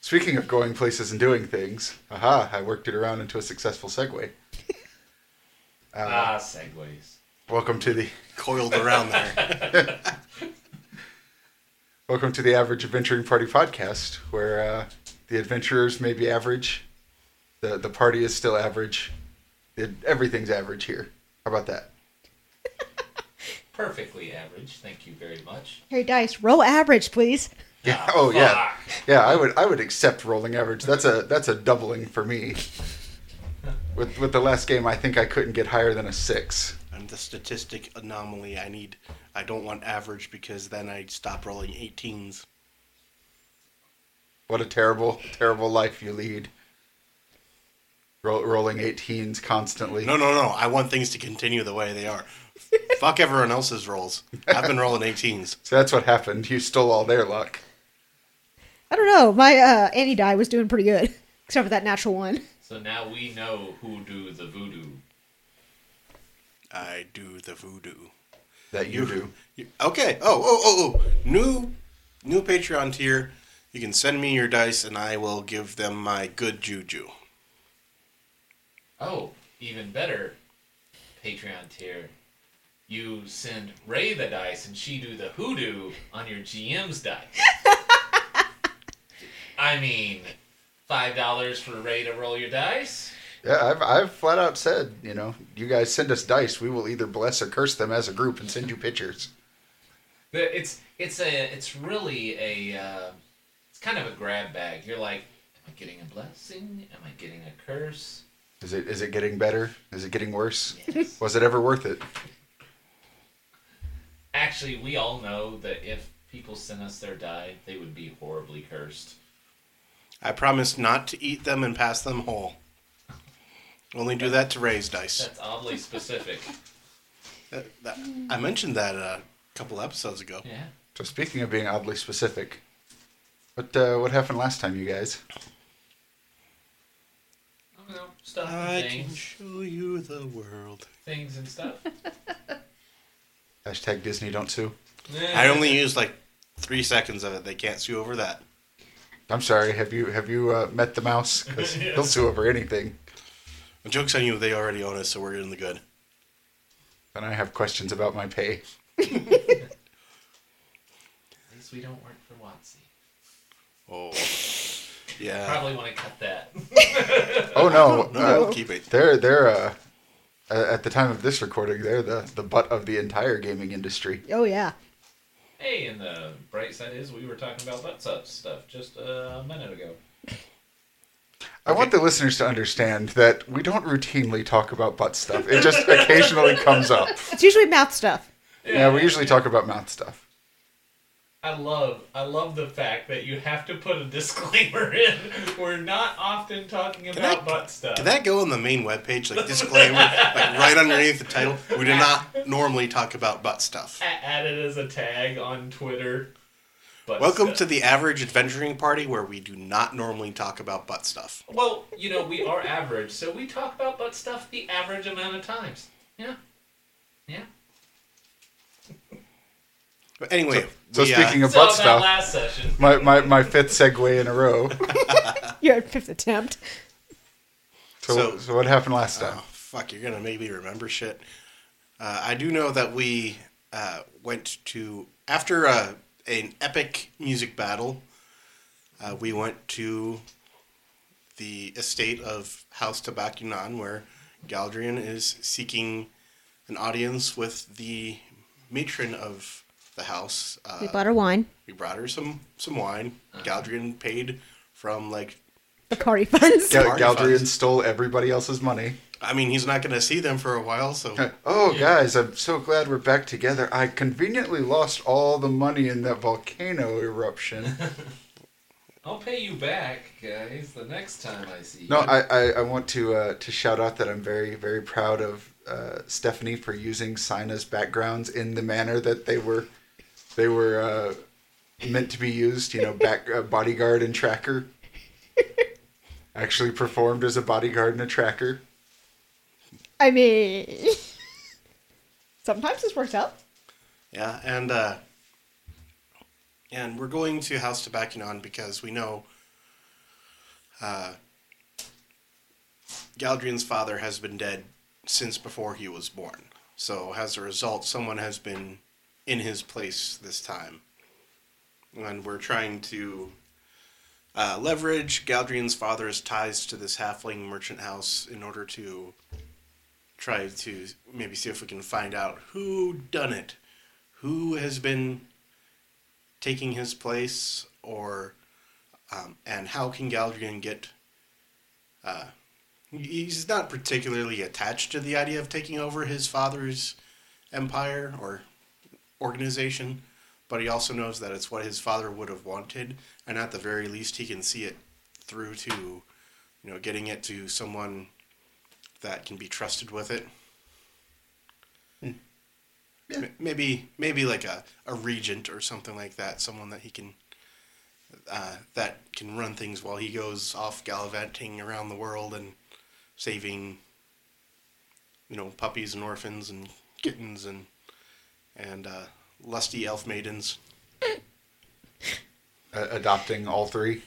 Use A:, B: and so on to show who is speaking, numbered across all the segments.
A: Speaking of going places and doing things, aha, I worked it around into a successful segue.
B: ah, segues.
A: Welcome to the
C: Coiled around there.
A: welcome to the Average Adventuring Party podcast, where uh, the adventurers may be average, the the party is still average, the, everything's average here. How about that?
B: Perfectly average. Thank you very much.
D: Harry Dice, roll average, please.
A: Yeah. Oh yeah. Yeah. I would. I would accept rolling average. That's a. That's a doubling for me. With with the last game, I think I couldn't get higher than a six.
C: I'm the statistic anomaly. I need. I don't want average because then I stop rolling 18s.
A: What a terrible, terrible life you lead. Roll, rolling 18s constantly.
C: No, no, no. I want things to continue the way they are. Fuck everyone else's rolls. I've been rolling 18s.
A: So that's what happened. You stole all their luck.
D: I don't know. My uh, Annie die was doing pretty good, except for that natural one.
B: So now we know who do the voodoo.
C: I do the voodoo.
A: That you do.
C: You- Okay. Oh, oh, oh, oh. New, new Patreon tier. You can send me your dice, and I will give them my good juju.
B: Oh, even better, Patreon tier. You send Ray the dice and she do the hoodoo on your GM's dice. I mean, five dollars for Ray to roll your dice.
A: Yeah, I've, I've flat out said, you know, you guys send us dice. We will either bless or curse them as a group and send you pictures.
B: The- It's it's a it's really a uh, it's kind of a grab bag. You're like, am I getting a blessing? Am I getting a curse?
A: Is it is it getting better? Is it getting worse?
B: Yes.
A: Was it ever worth it?
B: Actually, we all know that if people sent us their die, they would be horribly cursed.
C: I promise not to eat them and pass them whole. Only do that to raise dice.
B: That's oddly specific.
C: That- that- I mentioned that a couple episodes ago.
B: Yeah.
A: So speaking of being oddly specific, what uh, what happened last time, you guys?
B: I don't know, stuff and
C: I can
B: things,
C: show you the world.
B: things and stuff.
A: Hashtag Disney don't sue.
C: I only used like three seconds of it. They can't sue over that.
A: I'm sorry. Have you have you uh, met the mouse? 'Cause he'll sue over anything.
C: The joke's on you. They already own us, so we're in the good.
A: And I have questions about my pay.
B: At least we don't work for Watsy.
C: Oh, yeah.
B: Probably want to cut that.
A: Oh no!
C: No, no,
A: uh,
C: we'll keep it.
A: they're they're uh, a- at the time of this recording, they're the the butt of the entire gaming industry.
D: Oh yeah.
B: hey, and the bright side is we were talking about butt up stuff just a minute ago.
A: I want the listeners to understand that we don't routinely talk about butt stuff. It just occasionally comes up.
D: It's usually mouth stuff.
A: Yeah, we usually talk about mouth stuff.
B: I love, I love the fact that you have to put a disclaimer in. We're not often talking about butt stuff.
C: Did that go on the main webpage? Like disclaimer, like right underneath the title. We do not normally talk about butt stuff.
B: A- add it as a tag on Twitter. Butt
C: Welcome
B: stuff.
C: to the average adventuring party, where we do not normally talk about butt stuff.
B: Well, you know, we are average, so we talk about butt stuff the average amount of times. Yeah. Yeah.
C: But anyway,
A: So
C: we, uh,
A: speaking of
B: So
A: butt
B: about
A: stuff,
B: last session.
A: my, my, my fifth segue in a row.
D: Your fifth attempt.
A: So, so,
C: So-
A: what happened last time?
C: Oh, fuck, you're gonna make me remember shit. Uh, I do know that we uh, went to after uh, an epic music battle. Uh, we went to the estate of House Tabakunan, where Galdrian is seeking an audience with the matron of the house.
D: We
C: Uh,
D: bought her wine.
C: we brought her some some wine. Galdrian paid from like
D: The party funds.
A: Gal-
C: party
A: Galdrian
C: funds.
A: stole everybody else's money.
C: I mean he's not gonna see them for a while, so
A: Oh, guys, I'm so glad we're back together. I conveniently lost all the money in that volcano eruption.
B: I'll pay you back, guys, the next time I see you.
A: No, I, I, I want to uh, to shout out that I'm very very proud of uh, Stephanie for using Sina's backgrounds in the manner that they were they were uh, meant to be used. You know, back uh, bodyguard and tracker actually performed as a bodyguard and a tracker.
D: I mean, sometimes this works out.
C: Yeah, and uh, and we're going to House Tobacconon because we know Galadriel's father has been dead since before he was born. So as a result, someone has been in his place this time. And we're trying to uh, leverage Galadriel's father's ties to this halfling merchant house in order to try to maybe see if we can find out who done it, who has been taking his place, or um, and how can Galadriel get uh, he's not particularly attached to the idea of taking over his father's empire or organization, but he also knows that it's what his father would have wanted, and at the very least, he can see it through to, you know, getting it to someone that can be trusted with it. M- Maybe, maybe like a, a regent or something like that, someone that he can uh, that can run things while he goes off gallivanting around the world and saving, you know, puppies and orphans and kittens and and uh, lusty elf maidens.
A: uh, adopting all three.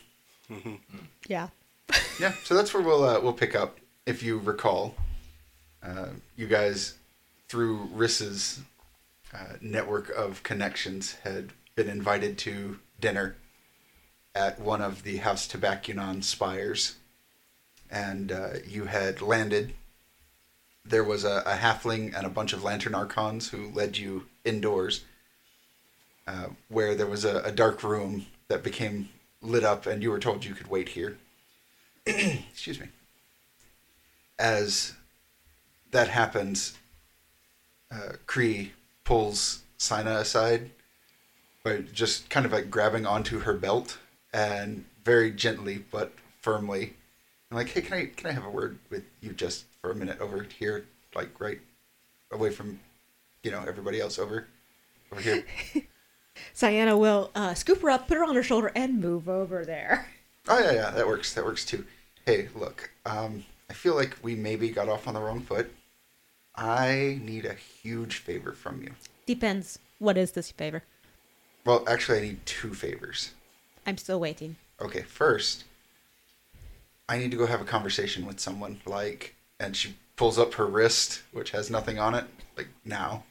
D: Yeah.
A: Yeah, so that's where we'll uh, we'll pick up. If you recall, uh, you guys through Riss's uh, network of connections had been invited to dinner at one of the House Tabacunon spires, and uh, you had landed. There was a, a halfling and a bunch of lantern archons who led you indoors uh, where there was a, a dark room that became lit up, and you were told you could wait here. Excuse me. As that happens, uh, Cree pulls Sina aside by just kind of like grabbing onto her belt and very gently but firmly, and like, hey, can I can I have a word with you just for a minute over here, like right away from, you know, everybody else over, over here.
D: Sienna will uh, scoop her up, put her on her shoulder, and move over there.
A: Oh yeah, yeah, that works. That works too. Hey, look, um, I feel like we maybe got off on the wrong foot. I need a huge favor from you.
D: Depends. What is this favor?
A: Well, actually, I need two favors.
D: I'm still waiting.
A: Okay, first, I need to go have a conversation with someone. Like, and she pulls up her wrist, which has nothing on it, like now.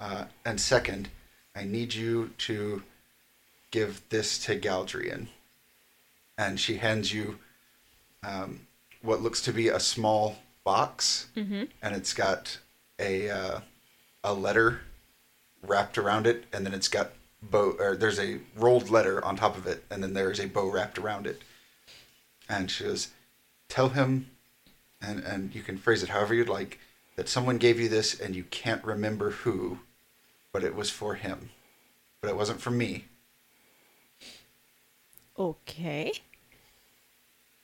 A: Uh, and second, I need you to give this to Galdrian. And she hands you um, what looks to be a small box, and it's got a uh, a letter wrapped around it, and then it's got bow or there's a rolled letter on top of it, and then there is a bow wrapped around it. And she goes, "Tell him, and and you can phrase it however you'd like, that someone gave you this, and you can't remember who, but it was for him, but it wasn't for me.
D: Okay.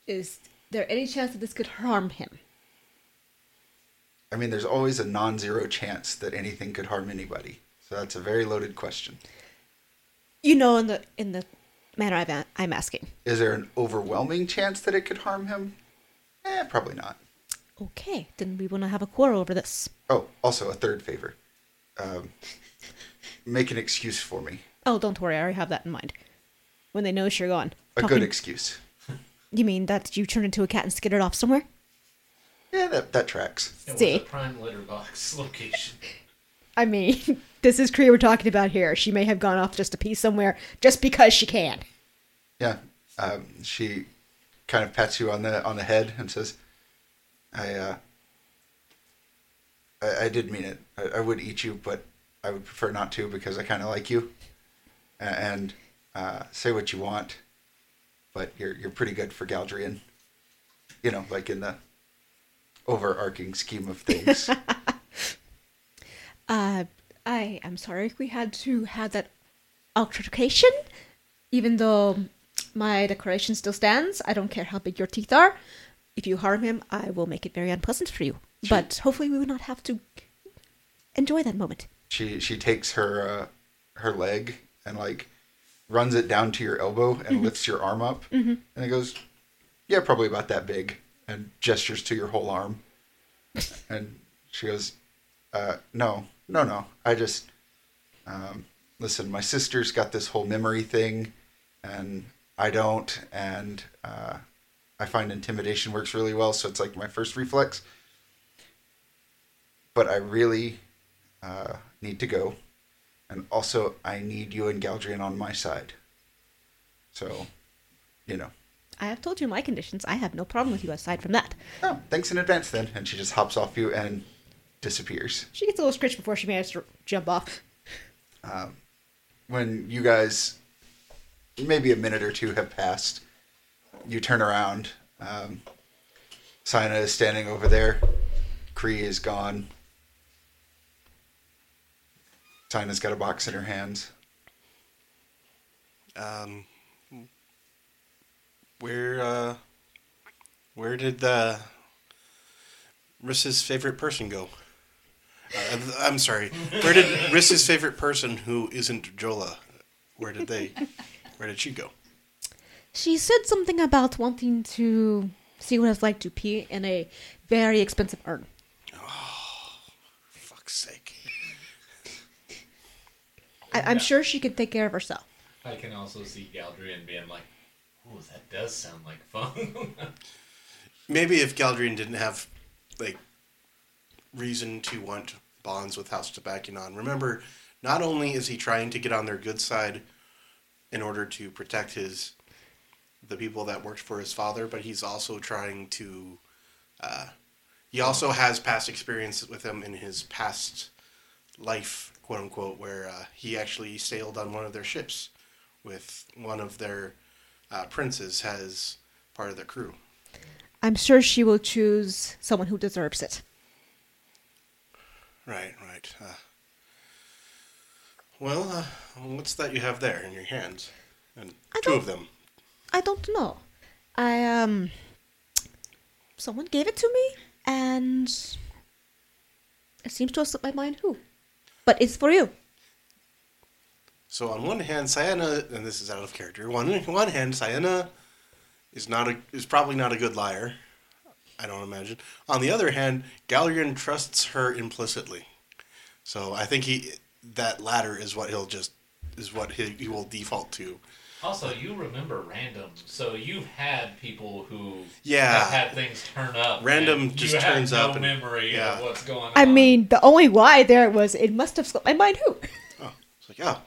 D: Is there any chance that this could harm him?
A: I mean, there's always a non-zero chance that anything could harm anybody." So that's a very loaded question.
D: You know, in the in the manner I've a- I'm asking.
A: Is there an overwhelming chance that it could harm him? Eh, probably not.
D: Okay, then we want to have a quarrel over this.
A: Oh, also a third favor. Um, make an excuse for me.
D: Oh, don't worry, I already have that in mind. When they notice you're gone.
A: A
D: Talking-
A: good excuse.
D: You mean that you turned into a cat and skittered off somewhere?
A: Yeah, that, that tracks.
B: It was
D: See.
B: a prime litter box location.
D: I mean, this is Kree we're talking about here. She may have gone off just to pee somewhere just because she can.
A: Yeah. Um, she kind of pats you on the on the head and says, "I uh, I, I did mean it. I, I would eat you, but I would prefer not to because I kind of like you. A- And uh, say what you want, but you're you're pretty good for Galdrian. You know, like in the overarching scheme of things."
D: Uh, I am sorry we had to have that altercation. Even though my declaration still stands, I don't care how big your teeth are. If you harm him, I will make it very unpleasant for you. But hopefully, we will not have to enjoy that moment.
A: she she takes her uh, her leg and like runs it down to your elbow and lifts your arm up and it goes yeah probably about that big and gestures to your whole arm and she goes uh, no no no i just um, listen my sister's got this whole memory thing and i don't and uh, I find intimidation works really well, so it's like my first reflex. But I really uh, need to go, and also I need you and Galdrian on my side. So, you know.
D: I have told you my conditions. I have no problem with you aside from that.
A: Oh, thanks in advance then. And she just hops off you and disappears.
D: She gets a little scritch before she manages to jump off.
A: When you guys, maybe a minute or two have passed, you turn around. Um, Sina is standing over there. Kree is gone. Sina's got a box in her hands.
C: Um, where uh, where did the Rissa's favorite person go? Uh, I'm sorry. Where did Rissa's favorite person, who isn't Jola, where did they? Where did she go?
D: She said something about wanting to see what it's like to pee in a very expensive urn.
C: Fuck's sake.
D: I- I'm sure she could take care of herself.
B: I can also see Galdrian being like, "Ooh, that does sound like fun."
C: Maybe if Galdrian didn't have like reason to want bonds with House Tabakinon. Remember, not only is he trying to get on their good side in order to protect his the people that worked for his father, but he's also trying to uh, he also has past experience with them in his past life, quote unquote, where uh, he actually sailed on one of their ships with one of their uh, princes as part of their crew.
D: I'm sure she will choose someone who deserves it.
C: Right, right. Uh, well, uh, what's that you have there in your hands? And
D: I
C: two
D: don't-
C: of them.
D: I don't know. I um someone gave it to me and it seems to have slipped my mind who. But it's for you.
C: So on one hand, Sienna, and this is out of character. One on one hand, Sienna is not a is probably not a good liar. I don't imagine. On the other hand, Galrian trusts her implicitly. So I think he that latter is what he'll just is what he, he will default to.
B: also, you remember random, so you've had people who
C: Yeah.
B: have had things turn up.
C: Random
B: and
C: just
B: you have
C: turns
B: no
C: up and-
B: memory
C: yeah.
B: of what's going on.
D: I mean, the only why there was it must have slipped my mind who.
C: Oh, it's like, oh,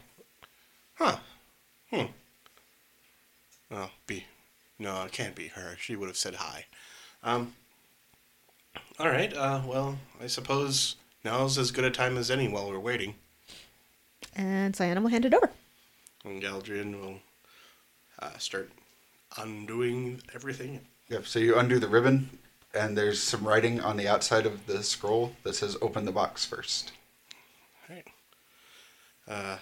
C: huh, hmm. Oh, be, no, it can't be her. She would have said hi. Um. All right. Uh. Well, I suppose now's as good a time as any while we're waiting.
D: And Sienna will hand it over.
C: And Galdrian will uh, start undoing everything.
A: Yep, so you undo the ribbon, and there's some writing on the outside of the scroll that says open the box first.
C: All right. Uh,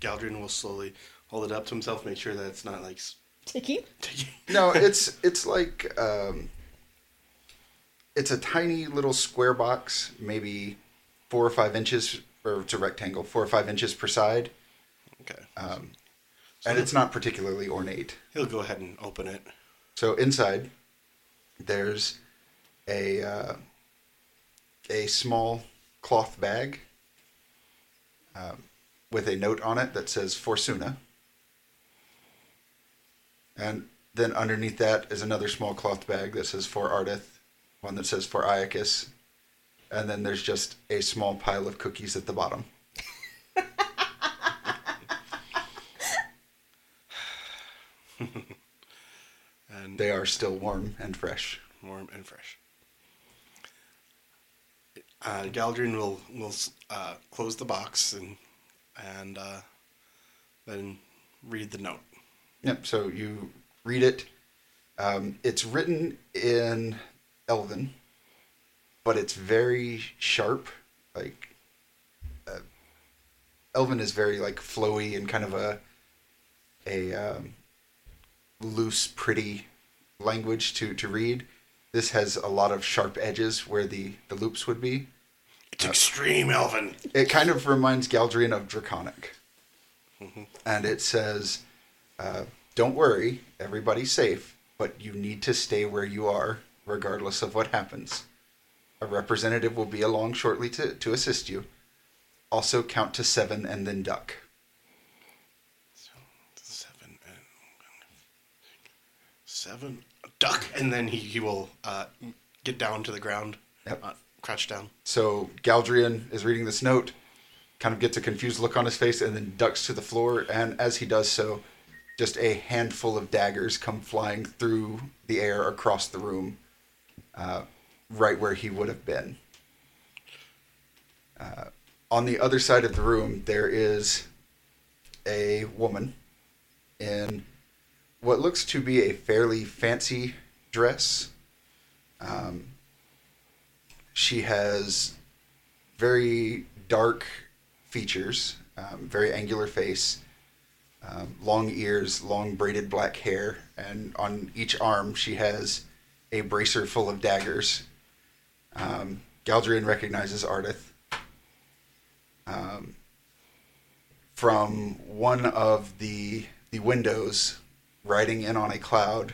C: Galdrian will slowly hold it up to himself, make sure that it's not like. s-
D: Sticky.
A: No, it's it's like um, it's a tiny little square box, maybe four or five inches, or it's a rectangle, four or five inches per side,
C: Okay.
A: um, and it's not particularly ornate.
C: He'll go ahead and open it.
A: So inside, there's a uh, a small cloth bag um, with a note on it that says Forsuna, and then underneath that is another small cloth bag that says For Ardith, one that says For Iacus, and then there's just a small pile of cookies at the bottom.
C: And
A: They are still warm and fresh.
C: warm and fresh. Uh, Galdrian will will uh, close the box and and uh, then read the note.
A: Yep. So you read it. Um, it's written in Elven, but it's very sharp. Like uh, Elven is very like flowy and kind of a a um, loose, pretty language to to read. This has a lot of sharp edges where the the loops would be.
C: It's extreme, Elvin.
A: It kind of reminds Galdrian of Draconic. And it says, uh, Don't worry, everybody's safe, but you need to stay where you are, regardless of what happens. A representative will be along shortly to, to assist you. Also, count to seven and then duck.
C: Seven and seven, duck, and then he, he will uh, get down to the ground,
A: Yep.
C: uh, crouch down.
A: So Galdrian is reading this note, kind of gets a confused look on his face, and then ducks to the floor. And as he does so, just a handful of daggers come flying through the air across the room, uh, right where he would have been. Uh, on the other side of the room, there is a woman in what looks to be a fairly fancy dress she has very dark features, um, very angular face, um, long ears, long braided black hair, and on each arm she has a bracer full of daggers. Um, Galdrian recognizes Ardith. Um, from one of the the windows, riding in on a cloud,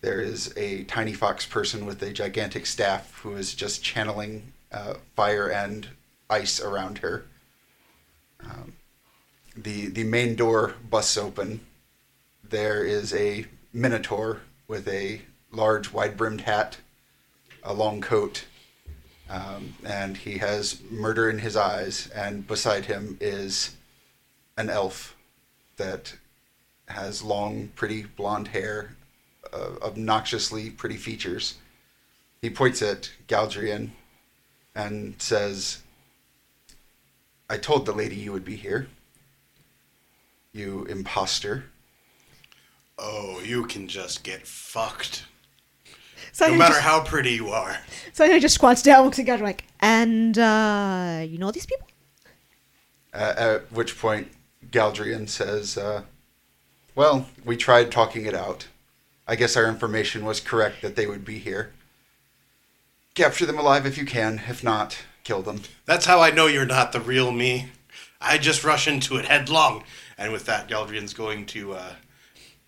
A: there is a tiny fox person with a gigantic staff who is just channeling uh, fire and ice around her. Um, the the main door busts open. There is a minotaur with a large wide brimmed hat, a long coat, um, and he has murder in his eyes. And beside him is an elf that has long, pretty blonde hair, uh, obnoxiously pretty features. He points at Galdrian and says, I told the lady you would be here. You imposter.
C: Oh, you can just get fucked. No
D: Suddenly,
C: matter
D: just,
C: how pretty you are.
D: Suddenly just squats down, looks at God, like, and uh, you know these people?
A: Uh, at which point, Galdrian says, uh, Well, we tried talking it out. I guess our information was correct that they would be here. Capture them alive if you can. If not, kill them.
C: That's how I know you're not the real me. I just rush into it headlong. And with that, Galdrian's going to uh,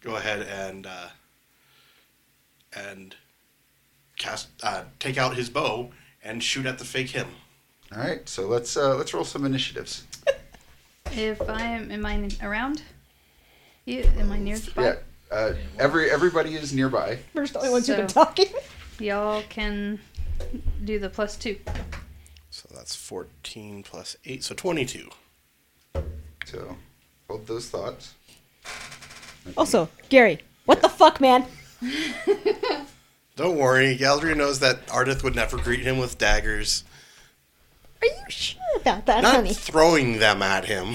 C: go ahead and uh, and cast uh, take out his bow and shoot at the fake him.
A: All right, so let's uh, let's roll some initiatives.
E: If I am, am I around? You, am I near the
A: Yeah.
E: spot?
A: Uh, every everybody is nearby.
D: We're just the only ones who've been
E: So-
D: talking.
E: Y'all can do the plus two.
C: So that's 14 plus 8, so 22.
A: So hold those thoughts.
D: Also, Gary, what the fuck, man?
C: Don't worry, Galdrian knows that Ardith would never greet him with daggers.
D: Are you sure about that,
C: Not
D: honey?
C: throwing them at him.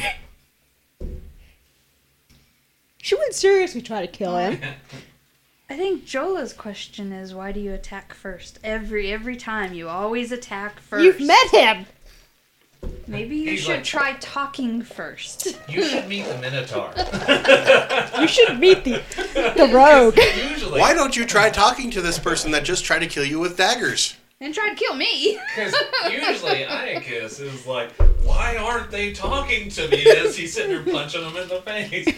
D: She wouldn't seriously try to kill him.
E: I think Jola's question is why do you attack first? Every every time you always attack 1st
D: you You've met him.
E: Maybe you
B: He's
E: should
B: like-
E: try talking first.
B: You should meet the Minotaur.
D: You should meet the the rogue.
B: Usually,
C: Why don't you try talking to this person that just tried to kill you with daggers?
E: and try to kill me.
B: because usually Iacus is like, "Why aren't they talking to me?" As he's sitting there punching them in the face.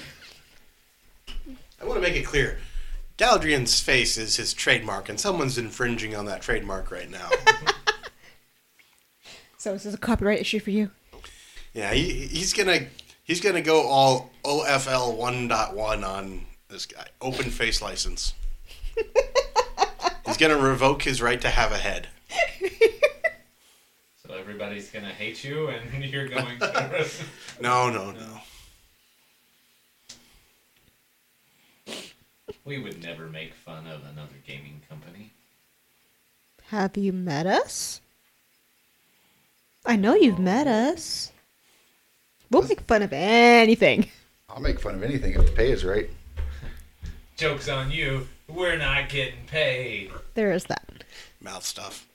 C: I want to make it clear. Galdrian's face is his trademark, and someone's infringing on that trademark right now.
D: So this is a copyright issue for you.
C: yeah, he, he's gonna he's gonna go all OFL 1.1 on this guy. Open face license. he's gonna revoke his right to have a head.
B: So everybody's gonna hate you, and you're going to.
C: No, no, no.
B: we would never make fun of another gaming company.
D: Have you met us? I know you've met us. We'll make fun of anything.
A: I'll make fun of anything if the pay is right.
B: Joke's on you. We're not getting paid.
D: There is that.
C: Mouth stuff.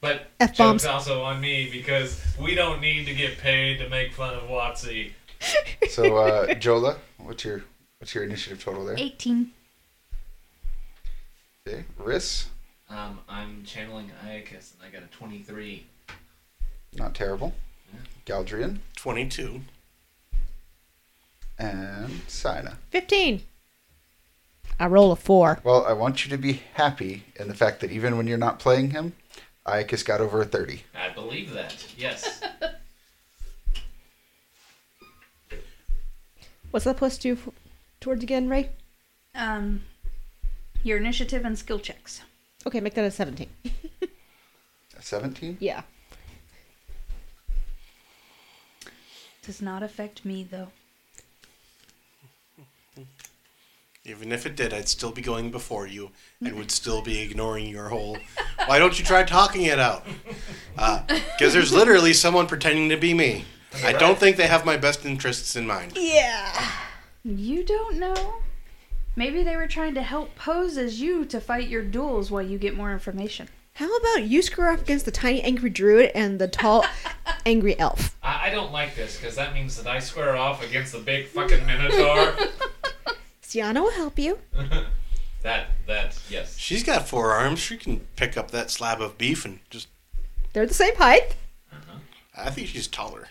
B: But
D: F-bombs.
B: joke's also on me because we don't need to get paid to make fun of Watsy.
A: So uh, Jola, what's your what's your initiative total there?
E: Eighteen.
A: Okay. Riss,
B: Um, I'm channeling Iacus, and I got a 23.
A: not terrible. Galdrian
C: 22.
A: and Sina.
D: Fifteen. I roll a four.
A: Well, I want you to be happy in the fact that even when you're not playing him, Iacus got over a thirty.
B: I believe that. Yes.
D: What's that plus two f- towards again, Ray?
E: Um your initiative and skill checks.
D: Okay, make that a 17.
A: Seventeen.
D: Yeah.
E: Does not affect me though.
C: Even if it did, I'd still be going before you and would still be ignoring your whole. Why don't you try talking it out? Because there's literally someone pretending to be me. I don't think they have my best interests in mind.
D: Yeah.
E: You don't know. Maybe they were trying to help pose as you to fight your duels while you get more information.
D: How about you screw up against the tiny angry druid and the tall angry elf?
B: I, I don't like this because that means that I square off against the big fucking minotaur.
D: Sienna will help you.
B: that that yes.
C: She's got four arms. She can pick up that slab of beef and just.
D: They're the same height.
C: I think she's taller.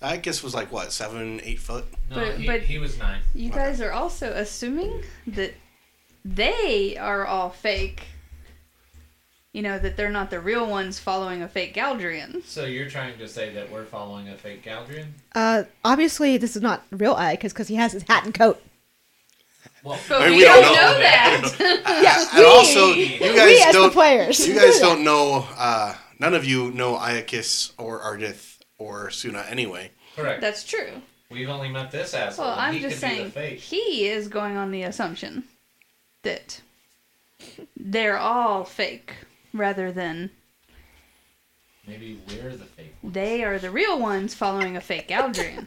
C: I guess was like what seven, eight foot.
B: No,
E: But-
B: he,
E: but-
B: he was nine.
E: You guys are also assuming that they are all fake. You know, that they're not the real ones following a fake Galdrian.
B: So you're trying to say that we're following a fake Galdrian?
D: Uh, obviously, this is not real Ike because he has his hat and coat.
B: Well,
E: But
C: Hey,
E: we,
C: we
E: don't,
C: don't
E: know,
B: know.
E: that.
D: Yeah,
C: And also, you guys
D: we as the
C: don't.
D: players.
C: You guys don't know. Uh, none of you know Iacus or Ardith or Suna anyway.
B: correct.
E: That's true.
B: We've only met this asshole.
E: Well,
B: and
E: I'm
B: he
E: just
B: could
E: saying
B: Be the fake.
E: he is going on the assumption that they're all fake rather than
B: Maybe we're the fake.
E: they are the real ones following a fake Galdrian.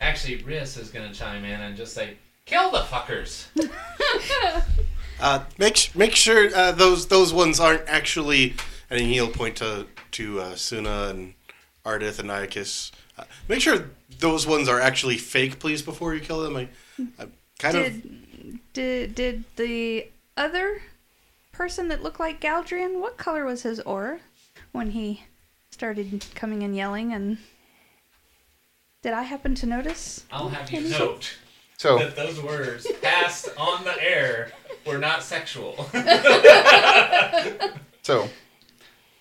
B: Actually, Riss is gonna chime in and just say, "Kill the fuckers."
C: Uh, make s- make sure uh, those those ones aren't actually. And he'll point to to uh, Suna and Ardith and Iacus. Uh, make sure those ones are actually fake, please, before you kill them. I, I kind of
E: did, did did the other person that looked like Galdrian, what color was his aura when he started coming and yelling and did I happen to notice?
B: I'll have you note
A: So
B: that those words passed on the air were not sexual.
A: so,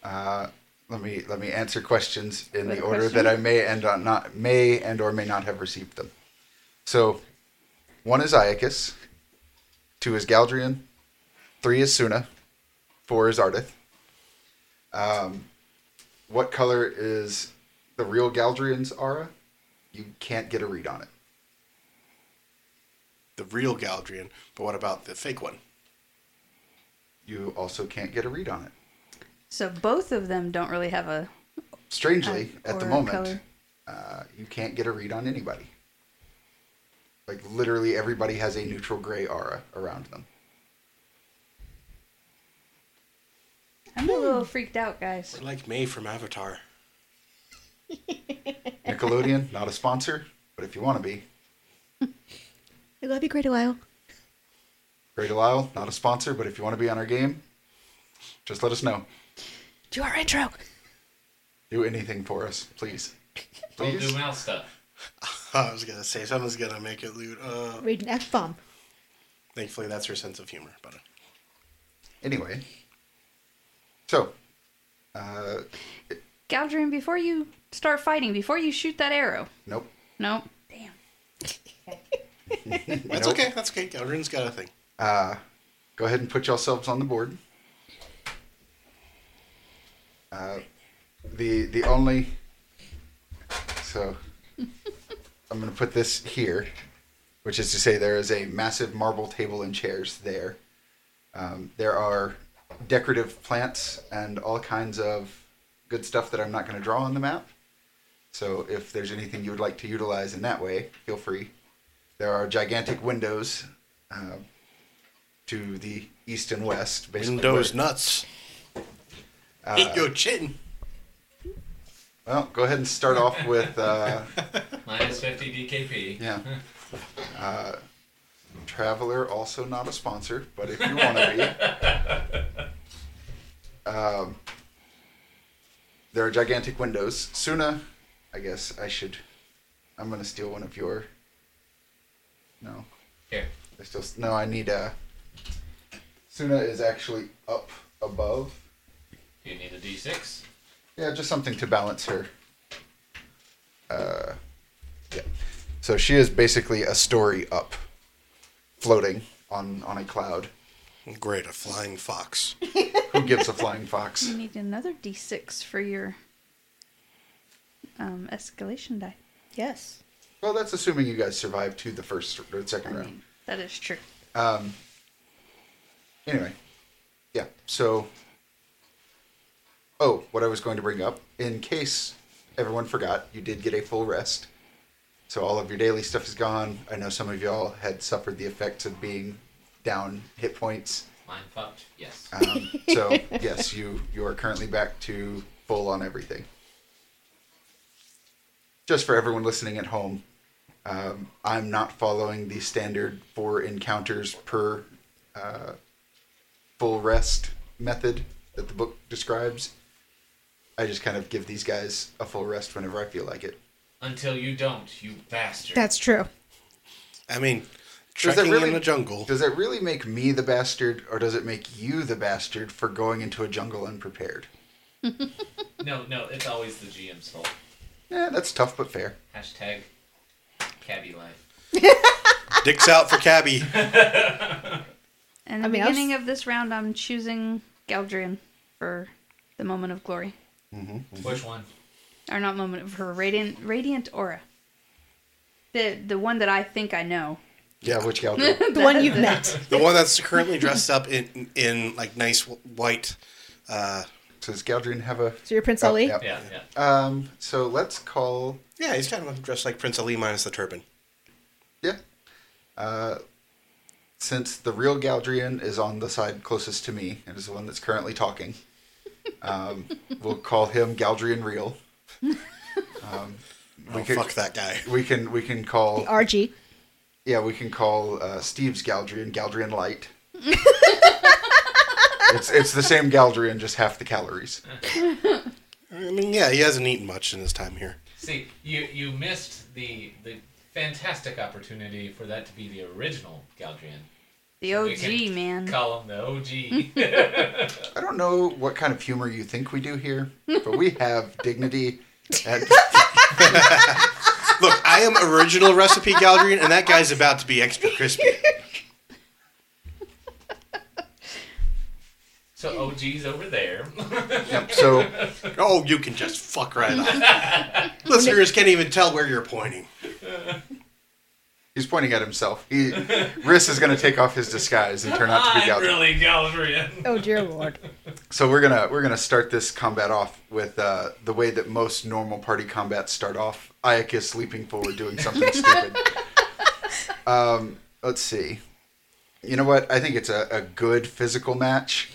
A: uh, let me let me answer questions in
E: With
A: the
E: a
A: order
E: question?
A: that I may and or not may and or may not have received them. So, one is Iacus, two is Galdrian, three is Suna, four is Ardith. Um, what color is the real Galdrian's aura? You can't get a read on it.
C: the real Galdrian, but what about the fake one?
A: You also can't get a read on it.
E: So both of them don't really have a
A: strangely
E: Uh,
A: at the
E: or
A: moment
E: color.
A: uh, you can't get a read on anybody like literally everybody has a neutral gray aura around them
E: I'm a little freaked out, guys.
C: We're like May from Avatar.
A: nickelodeon not a sponsor but if you want to be
D: I love you, Great Lyle.
A: great lyle not a sponsor but if you want to be on our game just let us know
D: Do our intro.
A: do anything for us please
B: We'll
A: please
B: do mouth stuff.
C: I was gonna say someone's gonna make it lewd. Uh,
D: Read an F bomb.
C: thankfully, that's her sense of humor. But uh,
A: anyway so uh,
E: Galdrian, before you start fighting, before you shoot that arrow.
A: nope
E: Nope. Damn.
C: that's okay. That's okay. Galdrian's got a thing.
A: Uh, go ahead and put yourselves on the board. Uh, the the only so I'm going to put this here, which is to say there is a massive marble table and chairs there. Um, there are decorative plants and all kinds of good stuff that I'm not going to draw on the map. So if there's anything you would like to utilize in that way, feel free. There are gigantic windows uh, to the east and west. Basically,
C: Windows
A: where-
C: nuts. Hit your chin.
A: Well, go ahead and start off with uh,
B: Minus 50 DKP.
A: yeah. Uh, Traveler also not a sponsor, but if you want to be, um, there are gigantic windows. Suna, I guess I should. I'm gonna steal one of your. No,
B: Here.
A: I still no. I need a. Suna is actually up above.
B: Do you need a D6?
A: Yeah, just something to balance her. Uh, yeah. So she is basically a story up, floating on on a cloud.
C: Great, a flying fox.
A: Who gives a flying fox?
E: You need another d6 for your um, escalation die.
D: Yes.
A: Well, that's assuming you guys survive to the first or
E: I
A: second round.
E: mean, that is true.
A: Um, anyway, yeah. So, oh, what I was going to bring up, in case everyone forgot, you did get a full rest. So all of your daily stuff is gone. I know some of y'all had suffered the effects of being down hit points.
B: Mind fucked? Yes.
A: Um, so yes, you you are currently back to full on everything. Just for everyone listening at home, um, I'm not following the standard four encounters per uh, full rest method that the book describes. I just kind of give these guys a full rest whenever I feel like it.
B: Until you don't, you bastard.
D: That's true.
C: I mean,
A: Does that
C: trekking
A: really-
C: in a jungle.
A: Does that really make me the bastard, or does it make you the bastard for going into a jungle unprepared?
B: No, no, it's always the GM's fault.
A: Yeah, Eh, that's tough but fair.
B: Hashtag cabbie life.
C: Dicks out for cabbie.
E: And
D: I mean, I
E: the
D: was-
E: beginning of this round, I'm choosing Galdrian for the moment of glory.
B: Which one?
E: Or not moment of her radiant radiant aura. The the one that I think I know.
A: Yeah, which Galdra?
D: The one you've met.
C: The one that's currently dressed up in in like nice wh- white. Uh,
A: So does Galdrian have a?
D: So you're Prince
A: Oh,
D: Ali?
A: yep.
B: Yeah, yeah.
A: Um. So let's call.
C: yeah, he's kind of dressed like Prince Ali minus the turban.
A: Yeah. Uh, since the real Galdrian is on the side closest to me and is the one that's currently talking, um, we'll call him Galdrian Real. Um,
C: Oh,
A: could-
C: fuck that guy.
A: We can we can
D: The
A: call
D: RG.
A: yeah we can call uh, Steve's Galdrian Galdrian Light. it's it's the same Galdrian, just half the calories.
C: I mean, yeah, he hasn't eaten much in his time here.
B: See, you you missed the the fantastic opportunity for that to be the original Galdrian.
E: The
B: We
E: OG
B: can
E: man.
B: Call him the OG.
A: I don't know what kind of humor you think we do here, but we have dignity. And
C: Look, I am original recipe Galdrian, and that guy's about to be extra crispy.
B: so OG's over there.
A: Yep, so
C: Oh, you can just fuck right off. Listeners can't even tell where you're pointing.
A: he's pointing at himself. He Riss is gonna take off his disguise and turn out to be
B: I'm
A: Galdrian.
B: really Galdrian.
D: Oh dear lord.
A: So we're gonna we're gonna start this combat off with uh, the way that most normal party combats start off. Ayaka is leaping forward, doing something stupid. Um, let's see. You know what? I think it's a, a good physical match.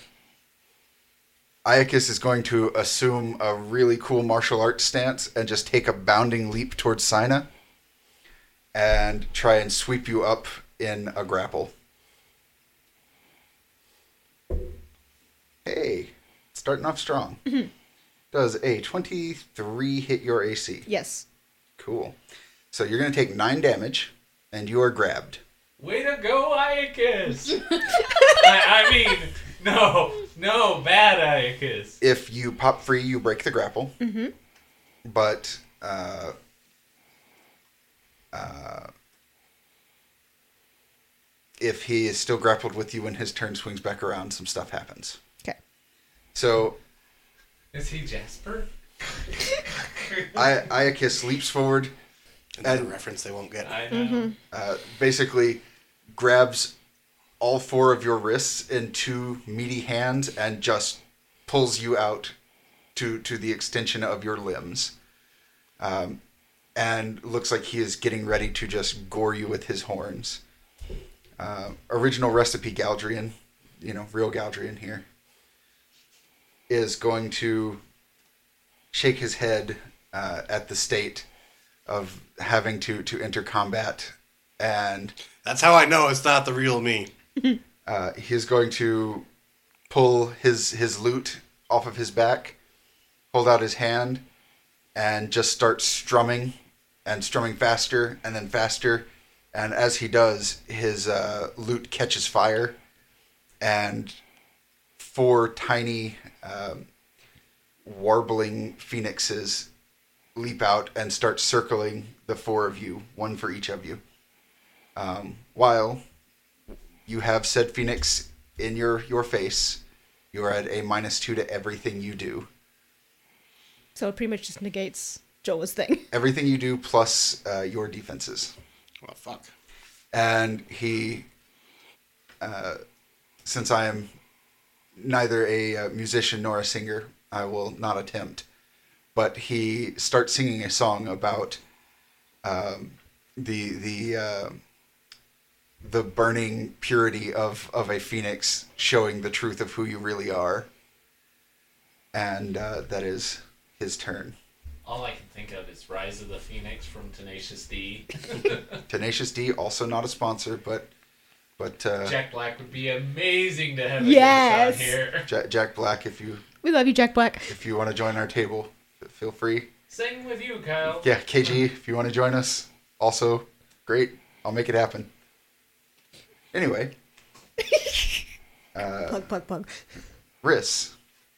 A: Iacus is going to assume a really cool martial arts stance and just take a bounding leap towards Sina and try and sweep you up in a grapple. Hey, starting off strong. Does a 23 hit your AC?
D: Yes.
A: Cool. So you're going to take 9 damage and you are grabbed.
B: Way to go, Iacus. I, I mean, no, no, bad Iacus.
A: if you pop free, you break the grapple. Mm-hmm. But uh, uh, if he is still grappled with you when his turn swings back around, some stuff happens.
D: Okay.
A: So
B: Is he Jasper?
A: I- Iacus leaps forward,
C: Another
A: And-
C: reference they won't get.
B: I know.
A: uh, basically grabs all four of your wrists in two meaty hands and just pulls you out to to the extension of your limbs. Um, and looks like he is getting ready to just gore you with his horns. Uh, original recipe Galdrian, you know, real Galdrian here, is going to shake his head uh, at the state of having to to enter combat and
C: That's how I know it's not the real me.
A: uh, he's going to pull his his lute off of his back, hold out his hand, and just start strumming and strumming faster and then faster. And as he does, his uh, lute catches fire, and four tiny um, warbling phoenixes leap out and start circling the four of you, one for each of you. Um, while You have said phoenix in your your face. You are at a minus two to everything you do.
D: So it pretty much just negates Joa's thing.
A: Everything you do plus uh, your defenses.
C: Well, fuck.
A: and he, uh, since I am neither a uh, musician nor a singer, I will not attempt. But he starts singing a song about um, the the uh, the burning purity of of a phoenix, showing the truth of who you really are, and uh, that is his turn.
B: All I can think of is Rise of the Phoenix from Tenacious D.
A: Tenacious D, also not a sponsor, but but uh, Jack-,
B: Jack Black would be amazing to have
D: Yes.
B: yes. on here.
A: Jack Black, if you
D: We love you, Jack Black.
A: if you want to join our table, feel free.
B: Sing with you, Kyle.
A: Yeah, KG, if you want to join us, also great. I'll make it happen. Anyway,
C: Uh,
D: plug, plug, plug.
A: Riss,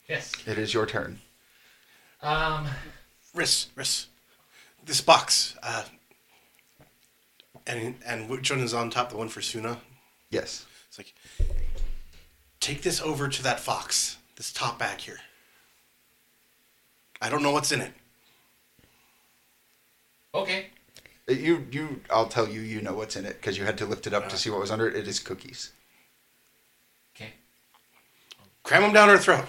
B: Yes.
A: it is your turn.
B: Um,
C: Riss, Riss. This box. Uh, and and which one is on top? The one for Suna.
A: Yes.
C: It's like, take this over to that fox. This top bag here. I don't know what's in it.
B: okay.
A: It- Uh, You you I'll tell you you know what's in it because you had to lift it up to see what was under it. It is cookies.
B: Okay.
C: Cram them down her throat.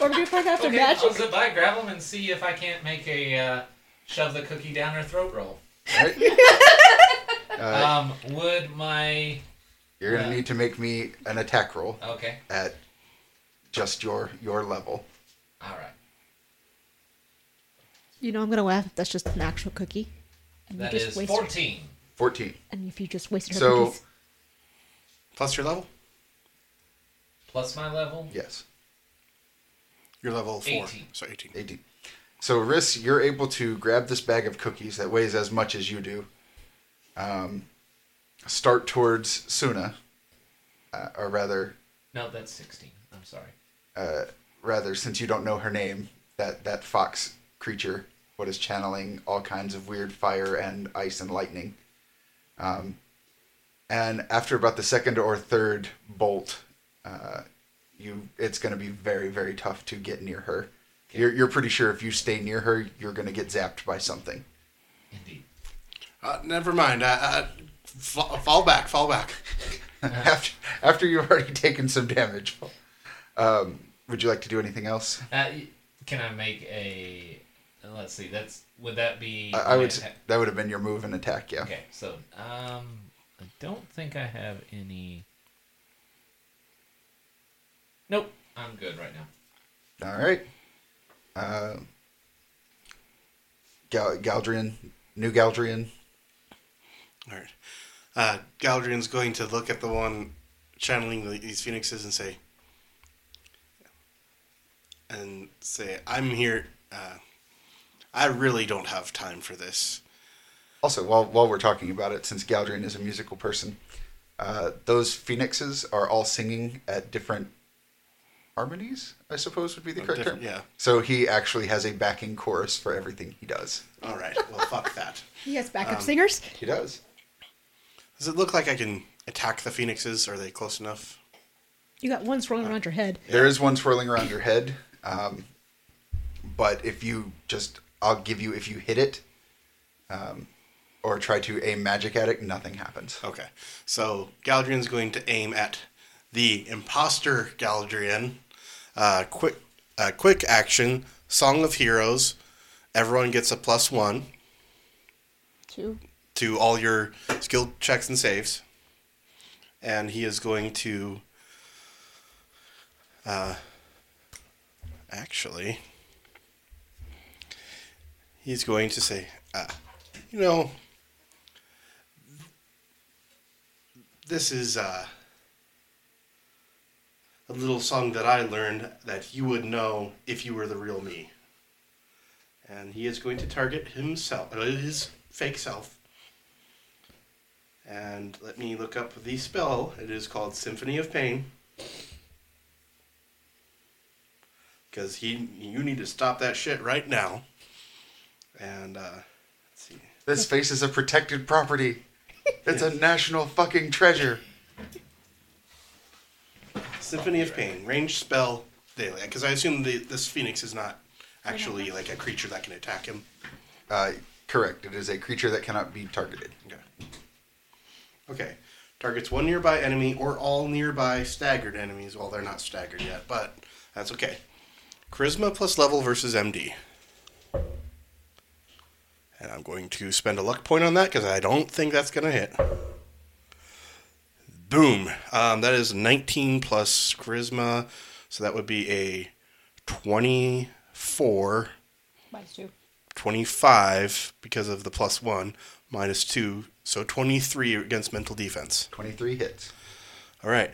D: Or before and after
B: Okay, I'll
D: magic.
B: zip by, grab them, and see if I can't make a uh, shove the cookie down her throat roll.
A: All right? uh,
B: Um, would my
A: you're gonna
B: yeah.
A: need to make me an attack roll
B: okay?
A: at just your your level.
B: All right.
D: You know I'm gonna laugh if that's just an actual cookie. And
B: That
D: you just
B: is
D: wasted,
B: fourteen.
A: Fourteen.
D: And if you just wasted her
A: So-
D: cookies.
C: Plus your level.
B: Plus my level?
A: Yes.
C: Your level four.
B: 18.
C: So eighteen.
A: 18. So, Riss, you're able to grab this bag of cookies that weighs as much as you do. Um, start towards Suna, uh, or rather,
B: No, that's 16. I'm sorry.
A: rather since you don't know her name, that that fox creature, what is channeling all kinds of weird fire and ice and lightning. Um, and after about the second or third bolt, uh, you it's going to be very very tough to get near her. You're you're pretty sure if you stay near her, you're going to get zapped by something.
B: Indeed.
C: Uh, never mind. Uh, uh, fa- fall back. Fall back.
A: after after you've already taken some damage. Um, would you like to do anything else?
B: Uh, y- can I make a. Let's see, that's. Would that be.
A: I, I
B: my
A: would s-
B: attack?
A: that would have been your move and attack. Yeah.
B: Okay, so. Um, I don't think I have any. Nope. I'm good right now.
A: All right. Uh, Gal- Galdrian, new Galdrian.
C: All right. Uh, Galadriel's going to look at the one channeling the, these phoenixes and say, and say, I'm here. Uh, I really don't have time for this.
A: Also, while while we're talking about it, since Galdrian is a musical person, uh, those phoenixes are all singing at different harmonies. I suppose would be the
C: Oh,
A: correct term.
C: different- yeah.
A: So he actually has a backing chorus for everything he does.
C: All right. Well, fuck that.
D: He has
C: um,
D: backup singers.
A: He does.
C: Does it look like I can attack the phoenixes? Are they close enough?
D: You got one swirling around your head.
A: There is one swirling around your head, um, but if you just, I'll give you if you hit it, um, or try to aim magic at it, nothing happens.
C: Okay. So Galadriel's going to aim at the imposter Galadriel. Uh, quick, uh, quick action. Song of Heroes. Everyone gets a plus one.
D: Two.
C: to all your skill checks and saves. And he is going to. Uh, actually, he's going to say, uh, you know, this is uh, a little song that I learned that you would know if you were the real me. And he is going to target himself, uh, his fake self, and let me look up the spell. It is called Symphony of Pain. Because he, you need to stop that shit right now. And uh, let's see.
A: This face is a protected property. It's a national fucking treasure.
C: Symphony of Pain, range spell daily. Because I assume the, this phoenix is not actually like a creature that can attack him.
A: Uh, correct. It is a creature that cannot be targeted.
C: Okay. Okay. Targets one nearby enemy or all nearby staggered enemies. Well, they're not staggered yet, but that's okay. Charisma plus level versus MD. And I'm going to spend a luck point on that because I don't think that's going to hit. Boom. Um, that is 19 plus charisma. So that would be a 24.
F: Minus two.
C: 25 because of the plus one, minus two, so 23 against mental defense.
A: 23 hits.
C: All right.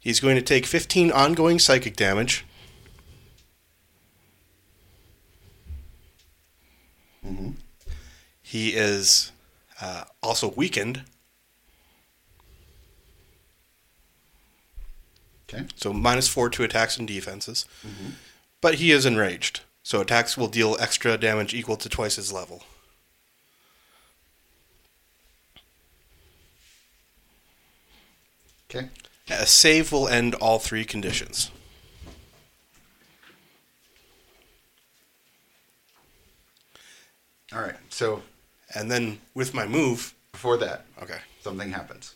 C: He's going to take 15 ongoing psychic damage. He is uh, also weakened,
A: Okay.
C: so minus four to attacks and defenses. But he is enraged, so attacks will deal extra damage equal to twice his level.
A: Okay.
C: A save will end all three conditions.
A: All right. So
C: And then with my move,
A: before that,
C: okay.
A: something happens.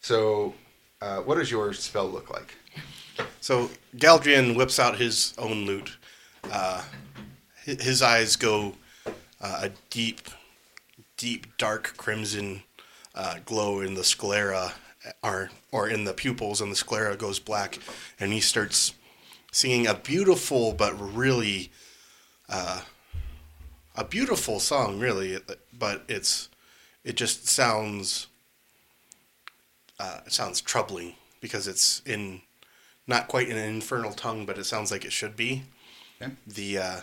A: So, uh, what does your spell look like?
C: So Galdrian whips out his own loot. Uh, hi- his eyes go uh, a deep, deep dark crimson uh, glow in the sclera, uh, or or in the pupils, and the sclera goes black, and he starts singing a beautiful but really uh, a beautiful song, really. But it's it just sounds uh, it sounds troubling because it's in not quite in an infernal tongue, but it sounds like it should be.
A: Okay.
C: The uh,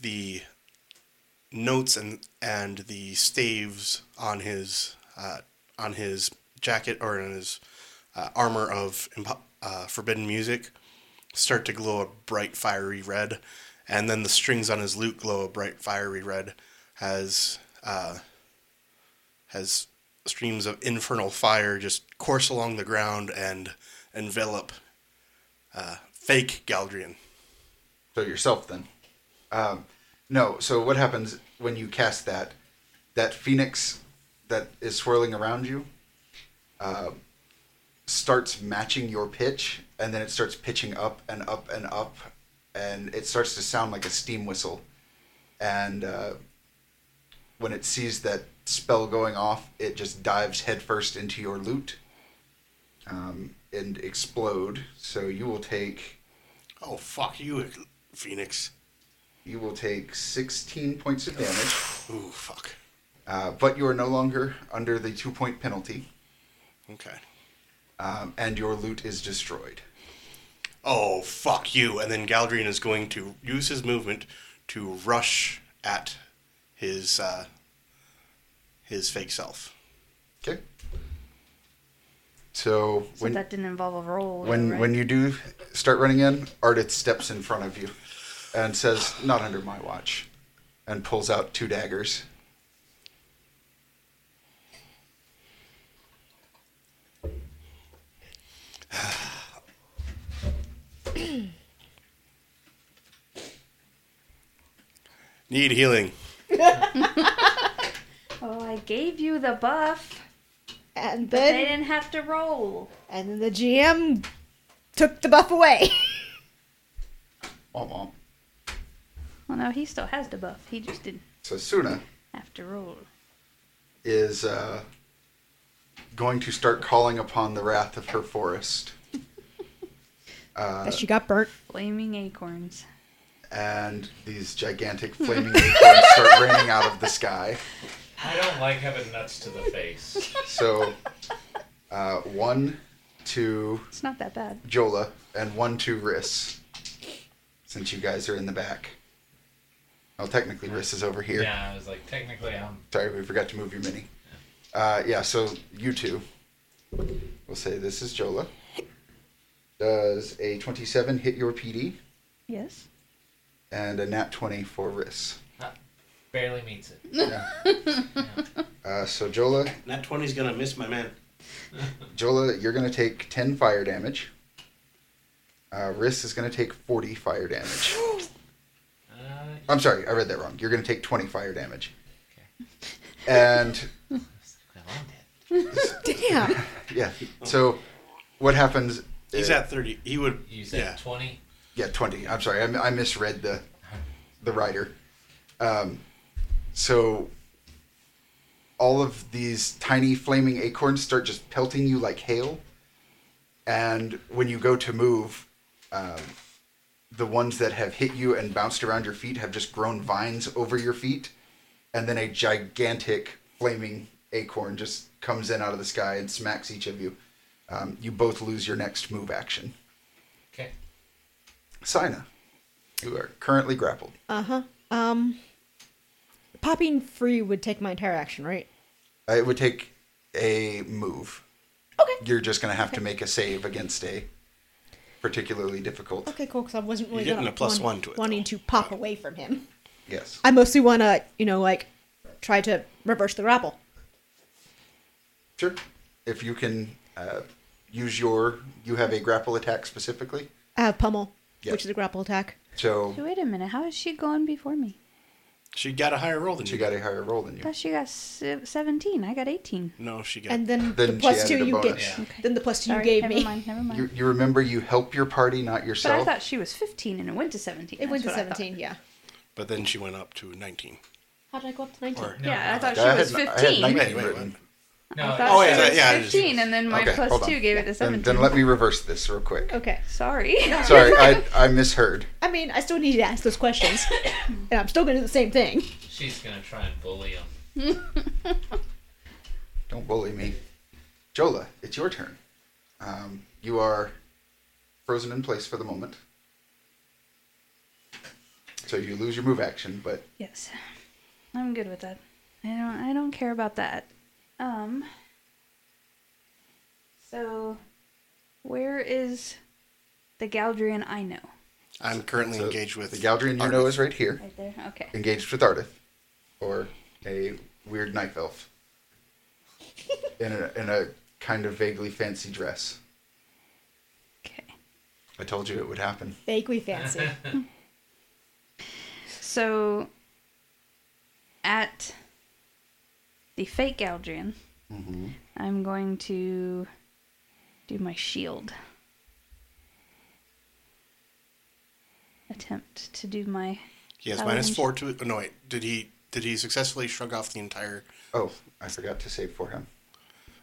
C: the notes and and the staves on his uh, on his jacket or in his uh, armor of impo- uh, forbidden music start to glow a bright fiery red, and then the strings on his lute glow a bright fiery red as uh, has streams of infernal fire just course along the ground and envelop uh, fake Galdrian.
A: So yourself then. Um, no. So what happens when you cast that? That phoenix that is swirling around you uh, starts matching your pitch, and then it starts pitching up and up and up, and it starts to sound like a steam whistle. And uh, when it sees that spell going off, it just dives headfirst into your loot um, and explode. So you will take
C: Oh fuck you, Phoenix!
A: You will take 16 points of damage,
C: Ooh fuck.
A: uh, but you are no longer under the two point penalty,
C: Okay.
A: um, and your loot is destroyed.
C: Oh fuck you! And then Galdrian is going to use his movement to rush at his uh, his fake self.
A: Okay. So,
E: So
A: when
E: that didn't involve a roll.
A: when
E: right?
A: when you do start running in, Ardith steps in front of you and says, "Not under my watch," and pulls out two daggers.
C: Need healing.
E: Oh, I gave you the buff.
D: And
E: But they
D: then
E: didn't have to roll.
D: and then the GM took the buff away.
A: Womp womp.
E: Well, no, he still has the buff. He just didn't
A: So Suna
E: have to roll.
A: is uh, going to start calling upon the wrath of her forest.
D: That she got burnt.
E: Flaming acorns.
A: and these gigantic flaming acorns start raining out of the sky.
B: I don't like having nuts to the face.
A: So, uh, one to
E: It's not that bad.
A: Jola and one to Riss, since you guys are in the back. Well, technically, Riss is over here.
B: Yeah, I was like, technically, I'm.
A: Sorry, we forgot to move your mini. Uh, yeah, so you two. We'll say this is Jola. Does a 27 hit your PD?
E: Yes.
A: And a nat 20 for Riss.
B: barely meets it.
A: Uh, so Jola,
C: Nat 20's gonna miss my man.
A: Jola, you're gonna take ten fire damage. Uh, Riss is gonna take forty fire damage.
B: Uh,
A: I'm sorry, I read that wrong. You're gonna take twenty fire damage. And
B: I loved it.
D: Damn.
A: yeah, so what happens?
C: He's
A: uh,
C: at 30. He would.
B: You said
C: yeah.
B: 20.
A: Yeah, 20. I'm sorry. I, I misread the the writer. Um, so all of these tiny flaming acorns start just pelting you like hail. And when you go to move, um, the ones that have hit you and bounced around your feet have just grown vines over your feet. And then a gigantic flaming acorn just comes in out of the sky and smacks each of you. Um, you both lose your next move action.
B: Okay.
A: Sina, you are currently grappled.
D: Uh huh. Um, popping free would take my entire action, right?
A: Uh, it would take a move.
D: Okay.
A: You're just going to have to make a save against a particularly difficult.
D: Okay, cool. Because I wasn't really
C: You're getting
D: gonna
C: a plus
D: want-
C: one to it,
D: wanting
C: though.
D: to pop away from him.
A: Yes.
D: I mostly want to, you know, like try to reverse the grapple.
A: Sure. If you can uh, use your, you have a grapple attack specifically.
D: I have pummel,
A: Yeah.
D: which is a grapple attack.
E: Hey,
A: So
E: Wait a minute. How is she going before me?
C: She got a higher roll than
A: she
C: you.
A: got a higher roll than
E: I
A: you.
E: thought she got se- 17. I got 18.
C: No, she got.
D: And then,
A: Then
D: the
A: she
D: plus
A: added
D: two
A: a
D: you get.
A: bonus.
E: Yeah. Okay.
D: Then the plus two
E: Sorry,
D: you gave
E: never
D: me.
E: mind. Never mind.
A: You, you remember you help your party, not
E: but I
A: yourself.
E: thought she was 15 and it went to 17.
D: It went to
E: That's what I thought.
D: 17. Yeah.
C: but then she went up to 19.
D: How did I go up to 19?
C: Or-
B: No,
E: yeah, I
B: no,
E: thought
A: I
E: she
A: had
E: was
A: n- I had
E: 15. I,
A: nine-
C: Wait, wait, wait.
B: No,
E: thought
C: Oh,
E: she
C: yeah,
E: was
C: yeah, I just-
E: 15 and then my
A: Okay,
E: plus
A: hold on.
E: 2 gave it a
A: Then,
E: 17.
A: then let me reverse this real quick.
D: Okay.
E: Sorry.
A: Sorry, I, I misheard.
D: I mean, I still need to ask those questions, and I'm still going to do the same thing.
B: she's going to try and bully him.
A: Don't bully me. Jola, it's your turn. Um, you are frozen in place for the moment. So you lose your move action, but
E: Yes. I'm good with that. I don't I don't care about that. Um So where is the Galdrian I know?
C: I'm currently
A: so
C: engaged with.
A: the Galdrian you know
C: Artemis.
A: is right here,
E: Right there. Okay.
A: engaged with Ardith, or a weird knife elf in a, in a kind of vaguely fancy dress.
E: Okay.
A: I told you it would happen.
D: Vaguely fancy.
E: So at the fake Galdrian, I'm going to do my shield. Attempt to do my
C: He has
E: That
C: minus
E: wasn't-
C: four to it. No, wait. Did he? Did he successfully shrug off the entire
A: Oh, I forgot to save for him.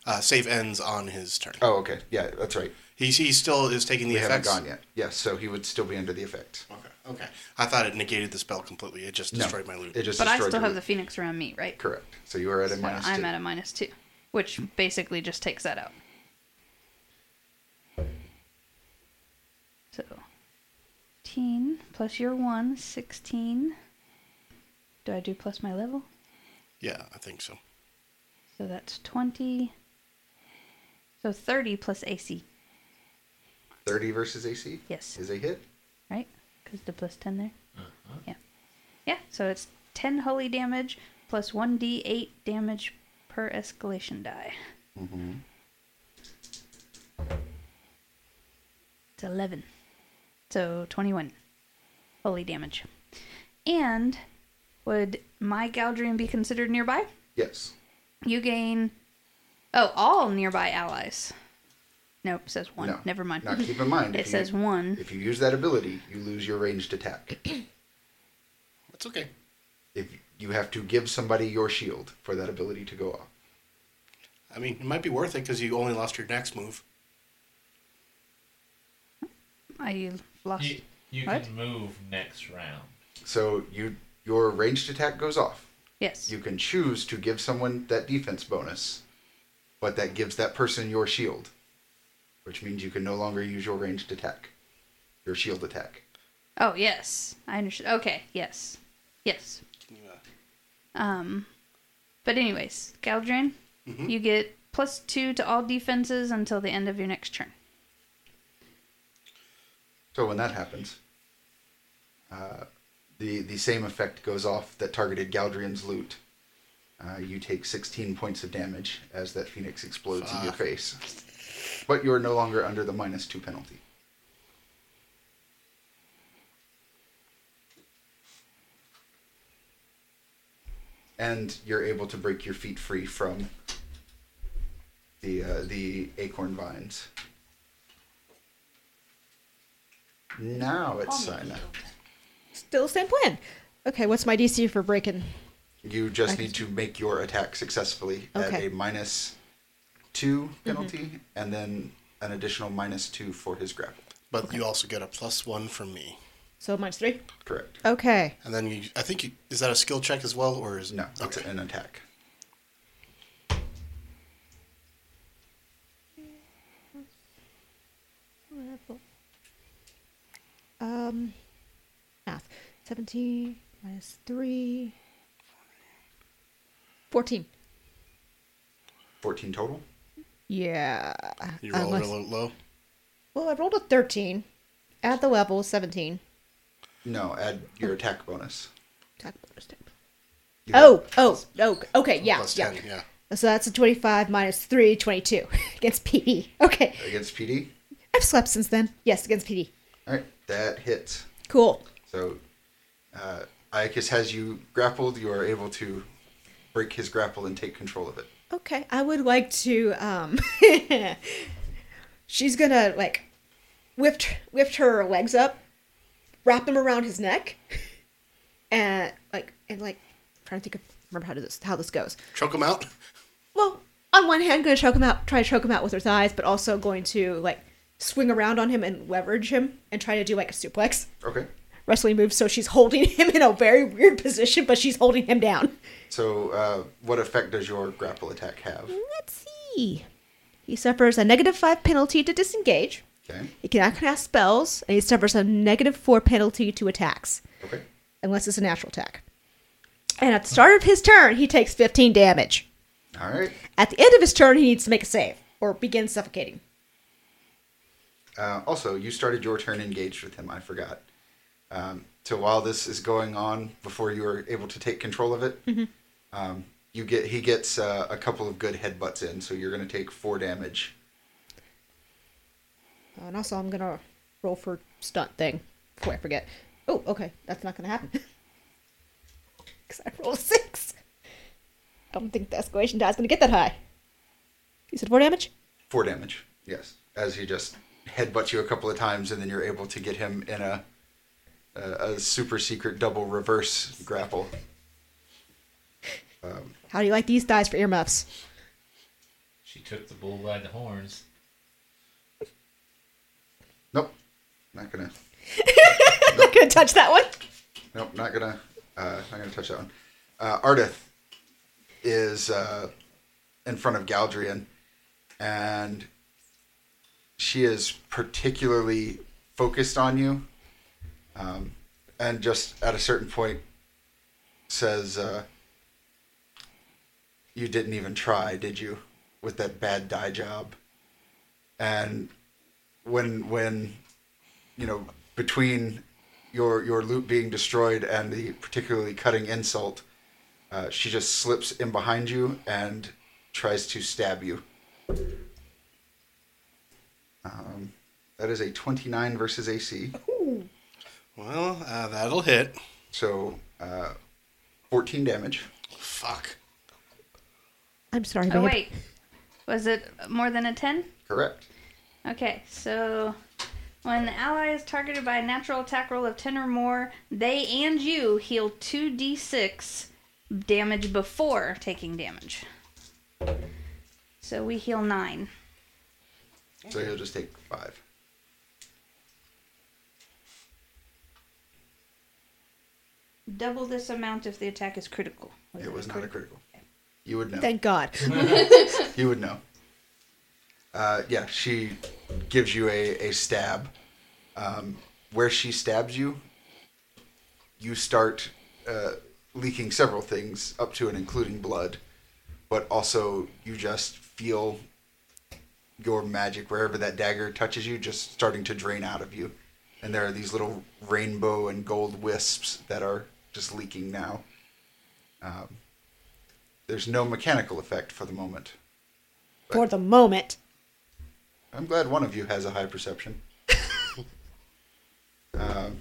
C: uh, save ends on his turn?
A: Oh, okay. Yeah, that's right.
C: He's he still is taking the
A: We haven't
C: effects.
A: gone yet. Yes, so he would still be under the effect.
C: Okay. Okay. I thought it negated the spell completely. It just
A: No,
C: destroyed my loot.
A: It just
E: But I
A: destroyed
E: still
A: your
E: have the
A: loot.
E: phoenix around me, right?
A: Correct. So you are at a
E: So
A: minus
E: I'm
A: two.
E: at a minus two, which basically just takes that out. So, 10 plus your 1, 16. Do I do plus my level?
C: yeah, I think so.
E: So that's 20. So 30 plus AC,
A: 30 versus AC?
E: Yes.
A: Is a hit?
E: right? Because the plus 10 there.
A: Uh-huh.
E: Yeah. Yeah, so it's 10 holy damage plus 1d8 damage per escalation die.
A: Mm-hmm.
E: It's 11. So 21 holy damage. And would my Galdrian be considered nearby?
A: Yes.
E: You gain. Oh, all nearby allies. Nope, says one.
A: No.
E: Never mind.
A: Now keep in mind.
E: it
A: if you-
E: says one.
A: If you use that ability, you lose your ranged attack.
C: That's okay.
A: if you have to give somebody your shield for that ability to go off.
C: I mean, it might be worth it because you only lost your next move.
E: I lost.
B: You, you
E: What?
B: can move next round.
A: So you your ranged attack goes off.
E: yes.
A: You can choose to give someone that defense bonus, but that gives that person your shield, which means you can no longer use your ranged attack, your shield attack.
E: Oh yes, I understand. Okay, yes, yes.
C: Can you, uh,
E: Um, but anyways, Galdrian, you get plus two to all defenses until the end of your next turn.
A: So when that happens, uh, the the same effect goes off that targeted Galdrian's loot. Uh, you take 16 points of damage as that phoenix explodes in your face. But you are no longer under the minus two penalty. And you're able to break your feet free from the uh, the acorn vines. Now it's Sina.
D: Still same plan. Okay, what's my DC for breaking?
A: You just
D: I
A: need to make your attack successfully at
D: Okay. Mm-hmm.
A: a minus two penalty, and then an additional minus two for his grapple.
C: But you also get a plus one from me.
D: So minus three.
A: Correct.
D: Okay.
C: And then you, I think you, is that a skill check as well, or is
A: No, it's
C: Okay.
A: an attack.
D: Um, math. 17 minus 3. 14.
A: 14 total.
D: Yeah.
C: You roll
D: Unless-
C: real low.
D: Well, I rolled a 13. Add the level, 17.
A: No, add
D: Oh.
A: your attack bonus.
D: Attack bonus type.
A: You have-
D: Oh, oh, oh, okay, yeah,
C: Plus
D: yeah.
C: 10, yeah.
D: So that's a 25 minus 3, 22 against PD. Okay.
A: Against PD?
D: I've slept since then. Yes, against PD.
A: All right, that hits.
D: Cool.
A: So, uh, Iacus has you grappled. You are able to break his grapple and take control of it.
D: Okay, I would like to. Um, she's gonna like whipped whipped her legs up, wrap them around his neck, and like and like trying to think of remember how to this how this goes.
C: Choke him out.
D: Well, on one hand, gonna choke him out, try to choke him out with her thighs, but also going to like swing around on him and leverage him and try to do like a suplex
A: Okay.
D: wrestling move. So she's holding him in a very weird position, but she's holding him down.
A: So, uh, what effect does your grapple attack have?
D: Let's see. He suffers a negative five penalty to disengage.
A: Okay.
D: He cannot cast spells, and he suffers a negative four penalty to attacks,
A: Okay.
D: unless it's a natural attack. And at the start of his turn, he takes 15 damage.
A: All right.
D: At the end of his turn, he needs to make a save or begin suffocating.
A: Uh, also, you started your turn engaged with him. I forgot. Um, so while this is going on, before you are able to take control of it, um, you get he gets uh, a couple of good headbutts in. So you're going to take four damage.
D: Oh, and also, I'm gonna roll for stunt thing before I forget. Oh, okay, that's not gonna happen. Because I rolled a six. I don't think the escalation die is gonna get that high. You said four damage?
A: Four damage. Yes. As he just headbutts you a couple of times, and then you're able to get him in a a, a super secret double reverse grapple.
D: How do you like these dice for earmuffs?
B: She took the bull by the horns.
A: Nope. Not gonna.
D: not gonna touch that one.
A: Nope, not gonna uh, not gonna touch that one. Uh, Ardith is uh, in front of Galdrian, and she is particularly focused on you, um, and just at a certain point says, uh, "You didn't even try, did you, with that bad dye job?" And when when you know, between your your loot being destroyed and the particularly cutting insult, uh, she just slips in behind you and tries to stab you. Um, that is a twenty nine versus AC,
C: Well, uh, that'll hit.
A: so uh, fourteen damage.
C: Fuck.
D: I'm sorry, babe.
E: Oh wait, was it more than a ten?
A: Correct.
E: Okay, so when the ally is targeted by a natural attack roll of 10 or more, they and you heal 2d6 damage before taking damage. So we heal 9.
A: So you'll just take five.
E: Double this amount if the attack is critical.
A: It was not a critical. You would know.
D: Thank God.
A: You would know. Uh, yeah, she gives you a, a stab. Um, where she stabs you, you start uh, leaking several things, up to and including blood. But also, you just feel your magic, wherever that dagger touches you, just starting to drain out of you. and there are these little rainbow and gold wisps that are just leaking now. Um, there's no mechanical effect for the moment.
D: For the moment.
A: I'm glad one of you has a high perception. um,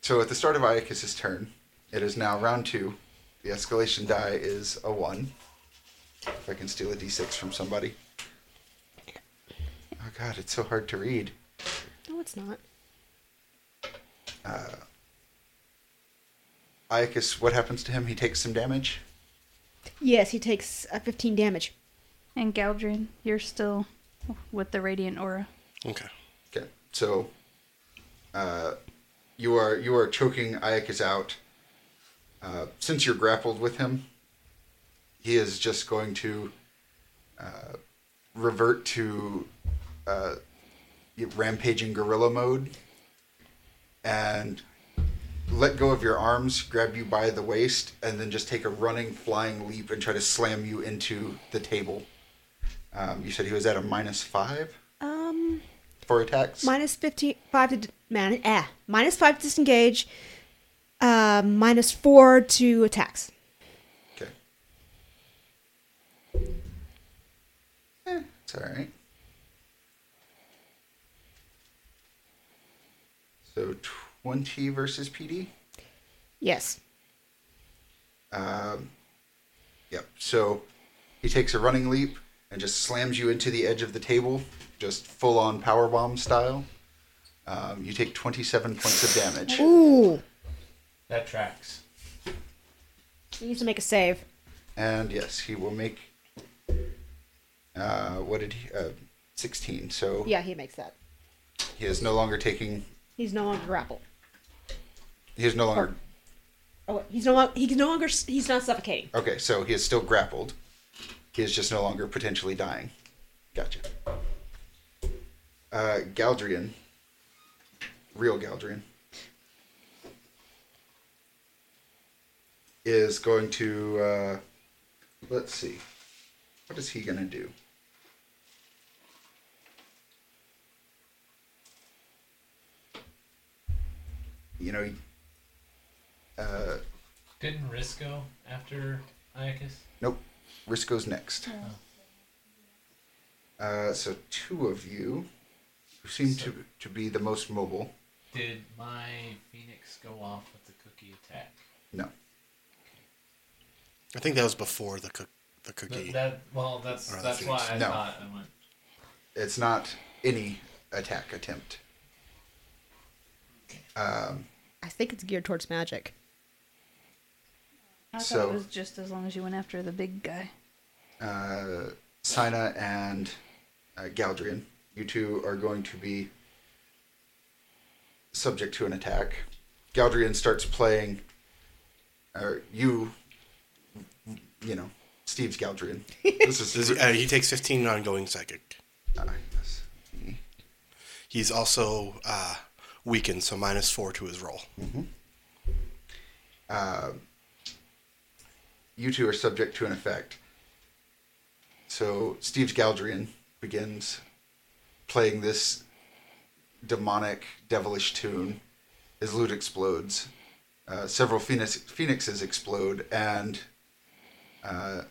A: so at the start of Iacus's turn, it is now round two. The escalation die is a one. If I can steal a d6 from somebody. Oh god, it's so hard to read.
D: No, it's not.
A: Iacus, what happens to him? He takes some damage.
D: Yes, he takes uh, 15 damage.
E: And Galdrin, you're still with the radiant aura.
C: Okay.
A: Okay, so uh, you are you are choking Iacus out. Uh, since you're grappled with him, he is just going to uh, revert to uh, rampaging gorilla mode and let go of your arms, grab you by the waist, and then just take a running, flying leap and try to slam you into the table. Um, you said he was at a minus five
D: Um,
A: for attacks.
D: minus 15, 5 to, d- man, eh, minus 5 to disengage, uh, minus 4 to attacks.
A: Okay. Eh, it's all right. So 20 versus PD?
D: Yes.
A: Yep. So he takes a running leap and just slams you into the edge of the table, just full on power bomb style. Um, you take 27 points of damage.
D: Ooh.
B: That tracks.
D: He needs to make a save.
A: And yes, he will make. Uh, what did he. Uh, 16. So
D: Yeah, he makes that.
A: he is no longer taking.
D: He's no longer grappled.
A: He is no longer
D: Oh, he's no longer, he's no longer, s- he's not suffocating.
A: Okay, so he is still grappled. He is just no longer potentially dying. Gotcha. Uh, Galdrian. Real Galdrian. Is going to. Uh, let's see. What is he going to do? You know, uh,
B: Didn't Risco after Iacus?
A: Nope. Risco's next. Uh, so two of you, who seem to to be the most mobile.
B: Did my Phoenix go off with the cookie attack?
A: No.
C: I think that was before the cook the
B: Th-
C: cookie.
B: that well, that's
C: Or the
B: that's why
C: Phoenix.
B: I
A: No.
B: thought I went.
A: It's not any attack attempt.
D: I think it's geared towards magic.
E: I thought
A: So-
E: it was just as long as you went after the big guy.
A: Uh, Sina and uh, Galdrian, you two are going to be subject to an attack. Galdrian starts playing, or you, you know, Steve's Galdrian. This is
C: Does he- uh, he takes 15 ongoing psychic.
A: Uh, yes.
C: He's also uh, weakened, so minus four to his roll.
A: you two are subject to an effect. So Steve's Galdrian begins playing this demonic, devilish tune. His lute explodes. Uh, several phoenix, phoenixes explode, and uh,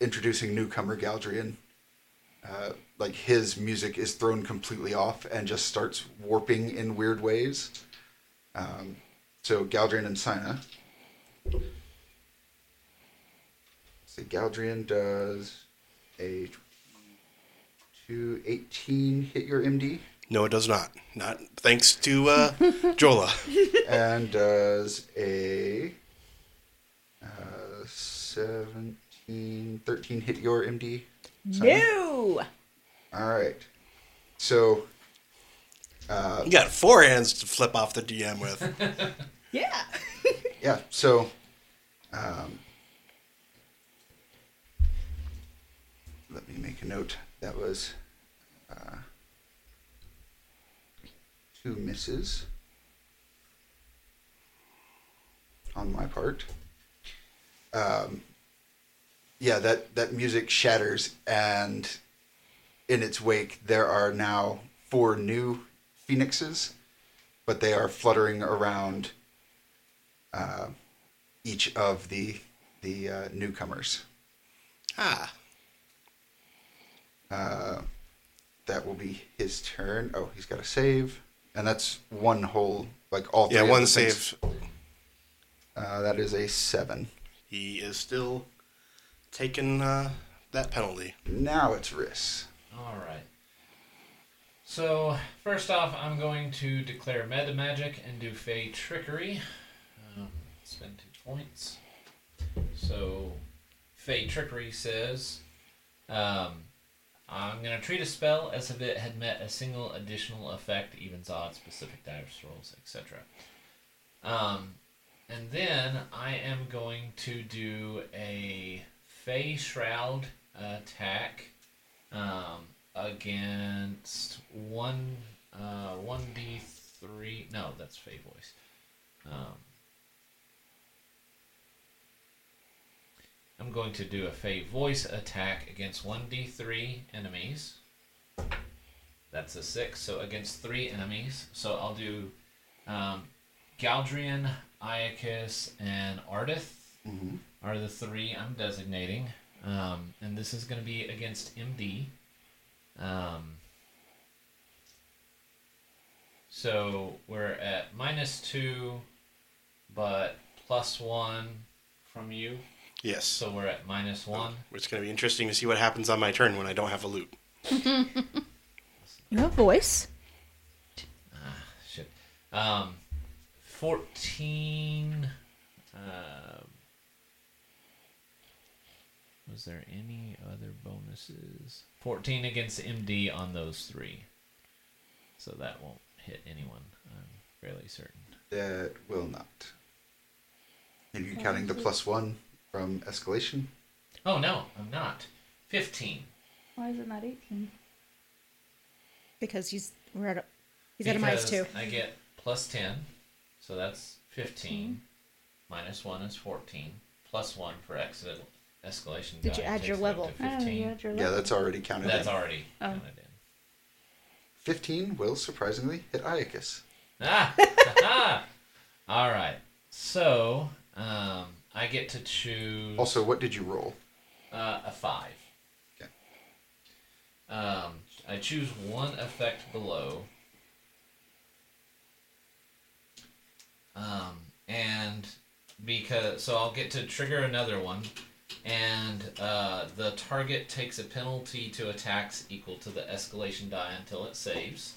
A: introducing newcomer Galdrian. Uh, like his music is thrown completely off and just starts warping in weird ways. Um, so Galdrian and Sina, So Galdrian does a 218 hit your MD
C: No, it does not. Not thanks to uh, Jola.
A: and does a uh, 17, 13 hit your MD. Sorry.
D: No!
A: All right. So
C: You got four hands to flip off the DM with.
D: Yeah.
A: yeah, so um, let me make a note. That was uh, two misses on my part. Um, yeah, that that music shatters, and in its wake, there are now four new phoenixes but they are fluttering around uh, each of the the uh, newcomers.
C: Ah,
A: Uh, that will be his turn. Oh, he's got a save, and that's one whole like all. Three
C: yeah,
A: of
C: one
A: the things.
C: save.
A: Uh, that is a seven.
C: He is still taking uh, that penalty.
A: Now it's Riss.
B: All right. So first off, I'm going to declare meta magic and do fey trickery. Um, spend two points. So fey trickery says, um, I'm going to treat a spell as if it had met a single additional effect, evens odds, specific dice rolls, etc. Um, and then I am going to do a fey shroud attack um, against one uh, one d three. No, that's Fey voice. Um, I'm going to do a Fey voice attack against one d three enemies. That's a six. So against three enemies. So I'll do um, Galdrian, Iacus, and Ardith are the three I'm designating. Um, and this is going to be against MD. Um, so we're at minus two, but plus one from you.
C: Yes.
B: So we're at minus one.
C: it's going to be interesting to see what happens on my turn when I don't have a loot.
D: You have voice.
B: Shit. Um, 14. Um, was there any other bonuses? 14 against MD on those three. So that won't hit anyone, I'm fairly certain.
A: That will not. Are you counting the plus one from escalation?
B: Oh, no, I'm not. 15.
E: Why is it not 18?
D: Because he's we're at a, he's at a minus two.
B: Because I get plus 10, so that's 15.
D: Mm-hmm.
B: Minus 1 is 14. Plus 1 for exit escalation.
D: Did you
B: die
D: add
B: takes
D: your
B: it up
D: level?
B: to 15.
E: your
A: Yeah, that's already counted.
B: That's
A: in.
B: already
E: Oh.
B: counted in.
A: 15 will surprisingly hit Iacus.
B: Ah! ha-ha. All right. So um, I get to choose
A: Also, what did you roll?
B: uh, a five.
A: Okay.
B: Um, I choose one effect below. Um, and because so I'll get to trigger another one, and uh, the target takes a penalty to attacks equal to the escalation die until it saves.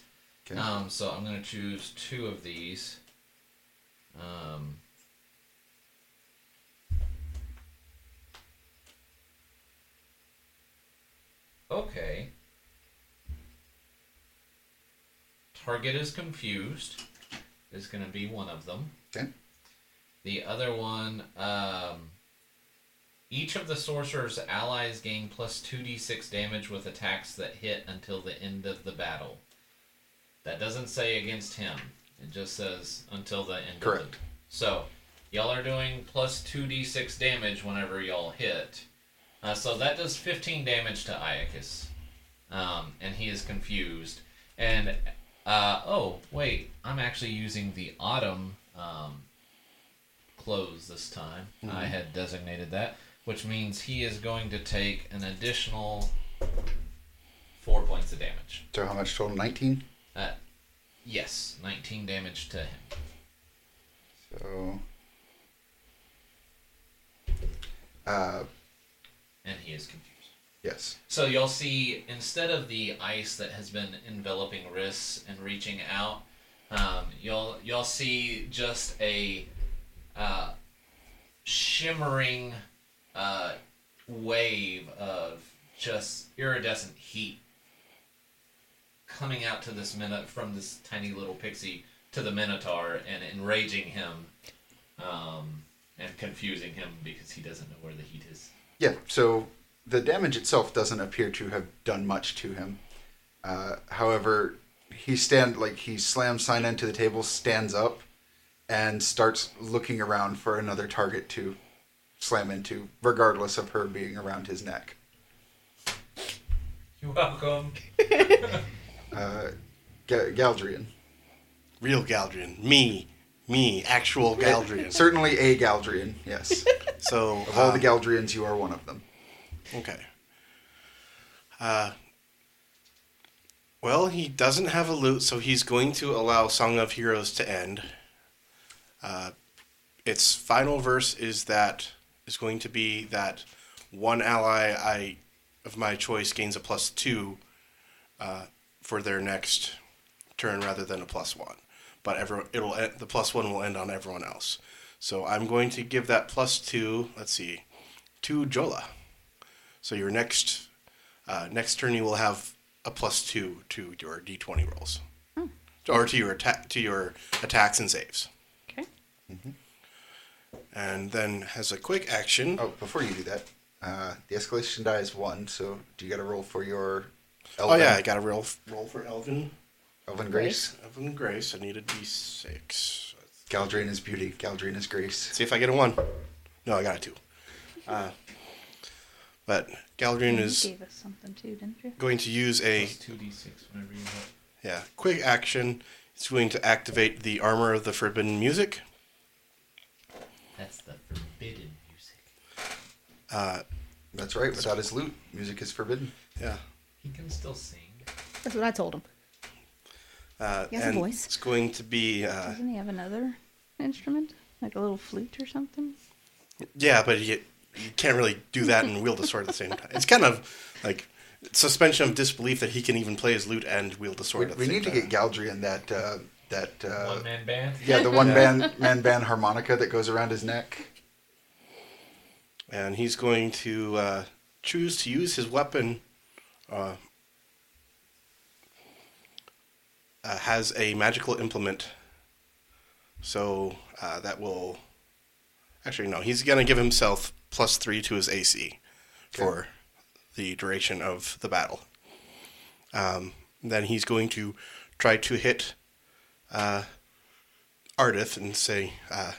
A: Okay.
B: Um, so I'm gonna choose two of these. Um, okay. Target is confused. Is gonna be one of them.
A: Okay.
B: The other one, um, each of the sorcerer's allies gain plus 2d6 damage with attacks that hit until the end of the battle. That doesn't say against him. It just says until the end. Of
A: Correct.
B: the... So, y'all are doing plus 2d6 damage whenever y'all hit. Uh, so that does 15 damage to Iacus. Um, and he is confused. And, uh, oh, wait, I'm actually using the Autumn um, clothes this time. I had designated that, which means he is going to take an additional four points of damage.
A: So, how much total? 19?
B: Uh, yes, 19 damage to him.
A: So. Uh,
B: And he is confused.
A: yes.
B: So you'll see instead of the ice that has been enveloping wrists and reaching out, um, you'll you'll see just a uh, shimmering uh, wave of just iridescent heat coming out to this minute from this tiny little pixie to the minotaur and enraging him um, and confusing him because he doesn't know where the heat is.
A: Yeah, so the damage itself doesn't appear to have done much to him. Uh, however, he stand like he slams sign into the table, stands up, and starts looking around for another target to slam into, regardless of her being around his neck.
B: You're welcome.
A: Uh, Ga- Galdrian.
C: Real Galdrian. Me. Me. Actual Galdrian.
A: Certainly a Galdrian, yes.
C: So
A: Of all
C: um,
A: the Galdrians, you are one of them.
C: Okay. Uh, well, he doesn't have a loot, so he's going to allow Song of Heroes to end. Uh, its final verse is that is going to be that one ally I of my choice gains a plus two uh, for their next turn rather than a plus one. But everyone, it'll end, the plus one will end on everyone else. So I'm going to give that plus two. Let's see, to Jola. So your next uh, next turn, you will have a plus two to your d20 rolls, or to your attack to your attacks and saves.
E: Okay.
C: And then has a quick action.
A: Oh, before you do that, uh, the escalation die is one, so do you got to roll for your
C: Oh,
A: Elven,
C: yeah, I got a roll roll for Elvin
A: Elven Grace?
C: Elvin Grace. I need a d6.
A: Galdrian is beauty, Galdrian is grace.
C: See if I get a one. No, I got a two. Uh, but Galadrin
E: You
C: is
E: gave us something too, didn't you?
C: going to use a
B: Plus 2d6 whenever you hit.
C: Yeah, quick action. It's going to activate the armor of the forbidden music.
B: That's the forbidden music.
C: Uh,
A: That's right, without his loot, music is forbidden.
C: yeah,
B: He can still sing.
D: That's what I told him.
C: uh,
D: He has a
C: and
D: voice.
C: it's going to be uh,
E: Doesn't he have another instrument? Like a little flute or something?
C: yeah, but you, you can't really do that and wield a sword at the same time. It's kind of like suspension of disbelief that he can even play his lute and wield a
A: We,
C: sword. at the
A: we
C: same
A: need to
C: time.
A: get Galdrian that, uh, that, uh,
B: One man band.
A: yeah, the one man, man band harmonica that goes around his neck.
C: and he's going to uh, choose to use his weapon. Uh, uh, has a magical implement, so uh, that will. Actually, no. He's going to give himself plus three to his AC for the duration of the battle. Um, then he's going to try to hit uh, Ardith and say, uh,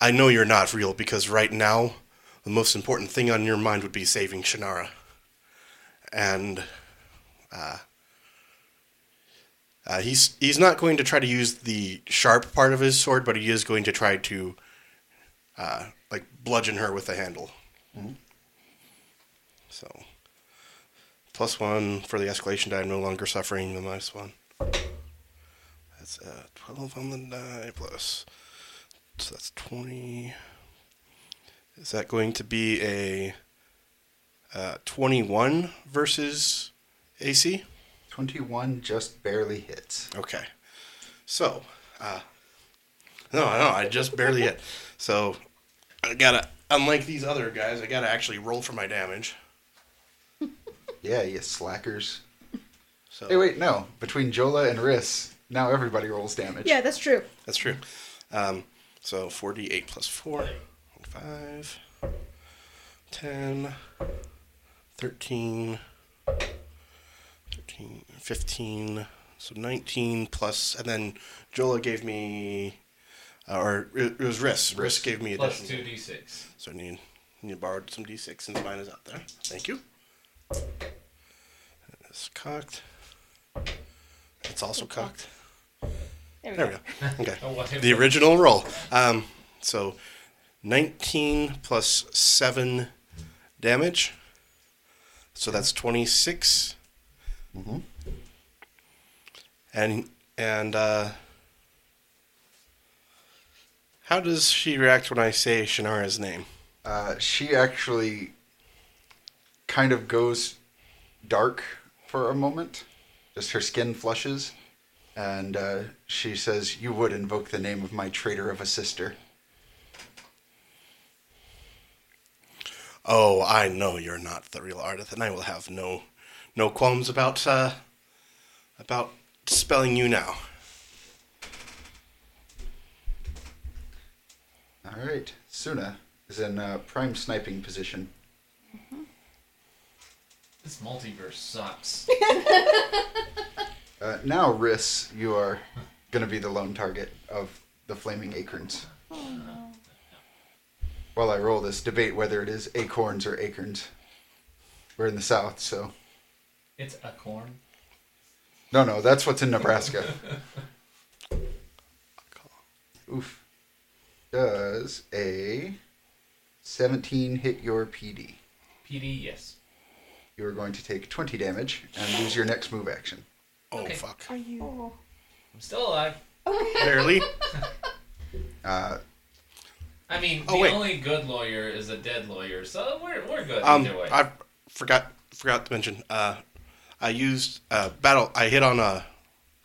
C: I know you're not real because right now, the most important thing on your mind would be saving Shannara. And uh, uh, he's he's not going to try to use the sharp part of his sword, but he is going to try to uh, like bludgeon her with the handle. So plus one for the escalation die. I'm no longer suffering the minus one. That's uh, twelve on the die plus. So that's 20. Is that going to be a uh, 21 versus AC?
A: 21 just barely hits.
C: Okay. So, uh, no, no, I just barely hit. So, I gotta, unlike these other guys, I gotta actually roll for my damage.
A: Yeah, you slackers.
C: So,
A: Hey, wait, no. Between Jola and Riss, now everybody rolls damage.
D: Yeah, that's true.
C: That's true. Um, so 48 plus 4, 5, 10, 13, 13, 15, so 19 plus, and then Jola gave me, uh, or it it was Riss. Riss gave me
B: Plus
C: additional.
B: 2d6.
C: So I need, need to borrow some d6 since mine is out there. Thank you. It's cocked. It's also cocked.
D: There we
C: There
D: go.
C: we go. Okay
B: Oh, what
C: the original roll. Um, so 19 plus 7 damage. So that's 26. Mm-hmm. And and uh, how does she react when I say Shannara's name?
A: Uh, she actually kind of goes dark for a moment. Just her skin flushes. And uh, she says, You would invoke the name of my traitor of a sister.
C: Oh, I know you're not the real Ardith, and I will have no no qualms about uh, about spelling you now.
A: All right. Suna is in uh, prime sniping position.
B: This multiverse sucks.
A: Uh, now, Riss, you are going to be the lone target of the Flaming Acorns. While I roll this, debate whether it is acorns or acorns. We're in the South, so
B: it's a corn.
A: No, no, that's what's in Nebraska. Oof. Does a 17 hit your PD?
B: PD, yes.
A: You are going to take 20 damage and lose your next move action.
C: Oh
B: Okay.
C: fuck!
E: Are you?
B: I'm still alive.
C: Barely.
A: Uh,
B: I mean,
C: Oh,
B: the
C: wait.
B: only good lawyer is a dead lawyer, so we're, we're good
C: Um,
B: either way.
C: I forgot forgot to mention. Uh, I used uh, battle. I hit on a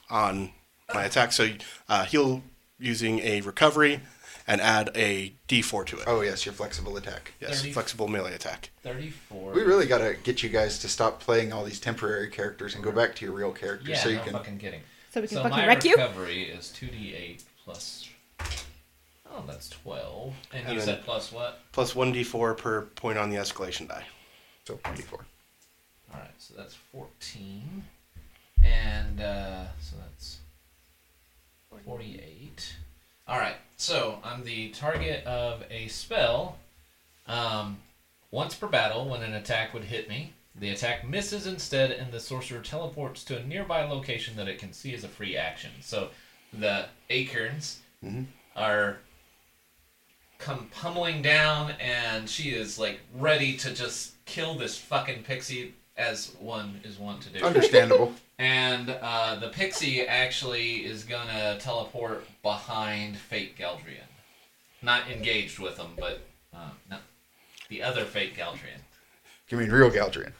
C: on my attack, so uh, heal using a recovery and add a D4 to it.
A: oh, yes, your flexible attack.
C: yes,
B: Thirty-
C: flexible melee attack.
B: 34.
A: We really got to get you guys to stop playing all these temporary characters and go back to your real characters
B: yeah,
A: so you
B: no
A: can.
B: fucking kidding.
D: So we can
B: so
D: fucking
B: my
D: wreck you.
B: recovery is 2d8 plus. Oh, that's 12. And,
C: And
B: you
C: then-
B: said plus what?
C: Plus one D4 per point on the escalation die.
A: So 24.
B: Alright, so that's 14. And uh, so that's 48. Alright, so I'm the target of a spell. Um, once per battle, when an attack would hit me, the attack misses instead, and the sorcerer teleports to a nearby location that it can see as a free action. So the acorns are come pummeling down, and she is like ready to just kill this fucking pixie as one is wont to do.
A: Understandable.
B: And uh, the pixie actually is gonna teleport behind Fate Galdrian. Not engaged with him, but uh, no, the other Fate Galdrian.
A: you mean real Galdrian?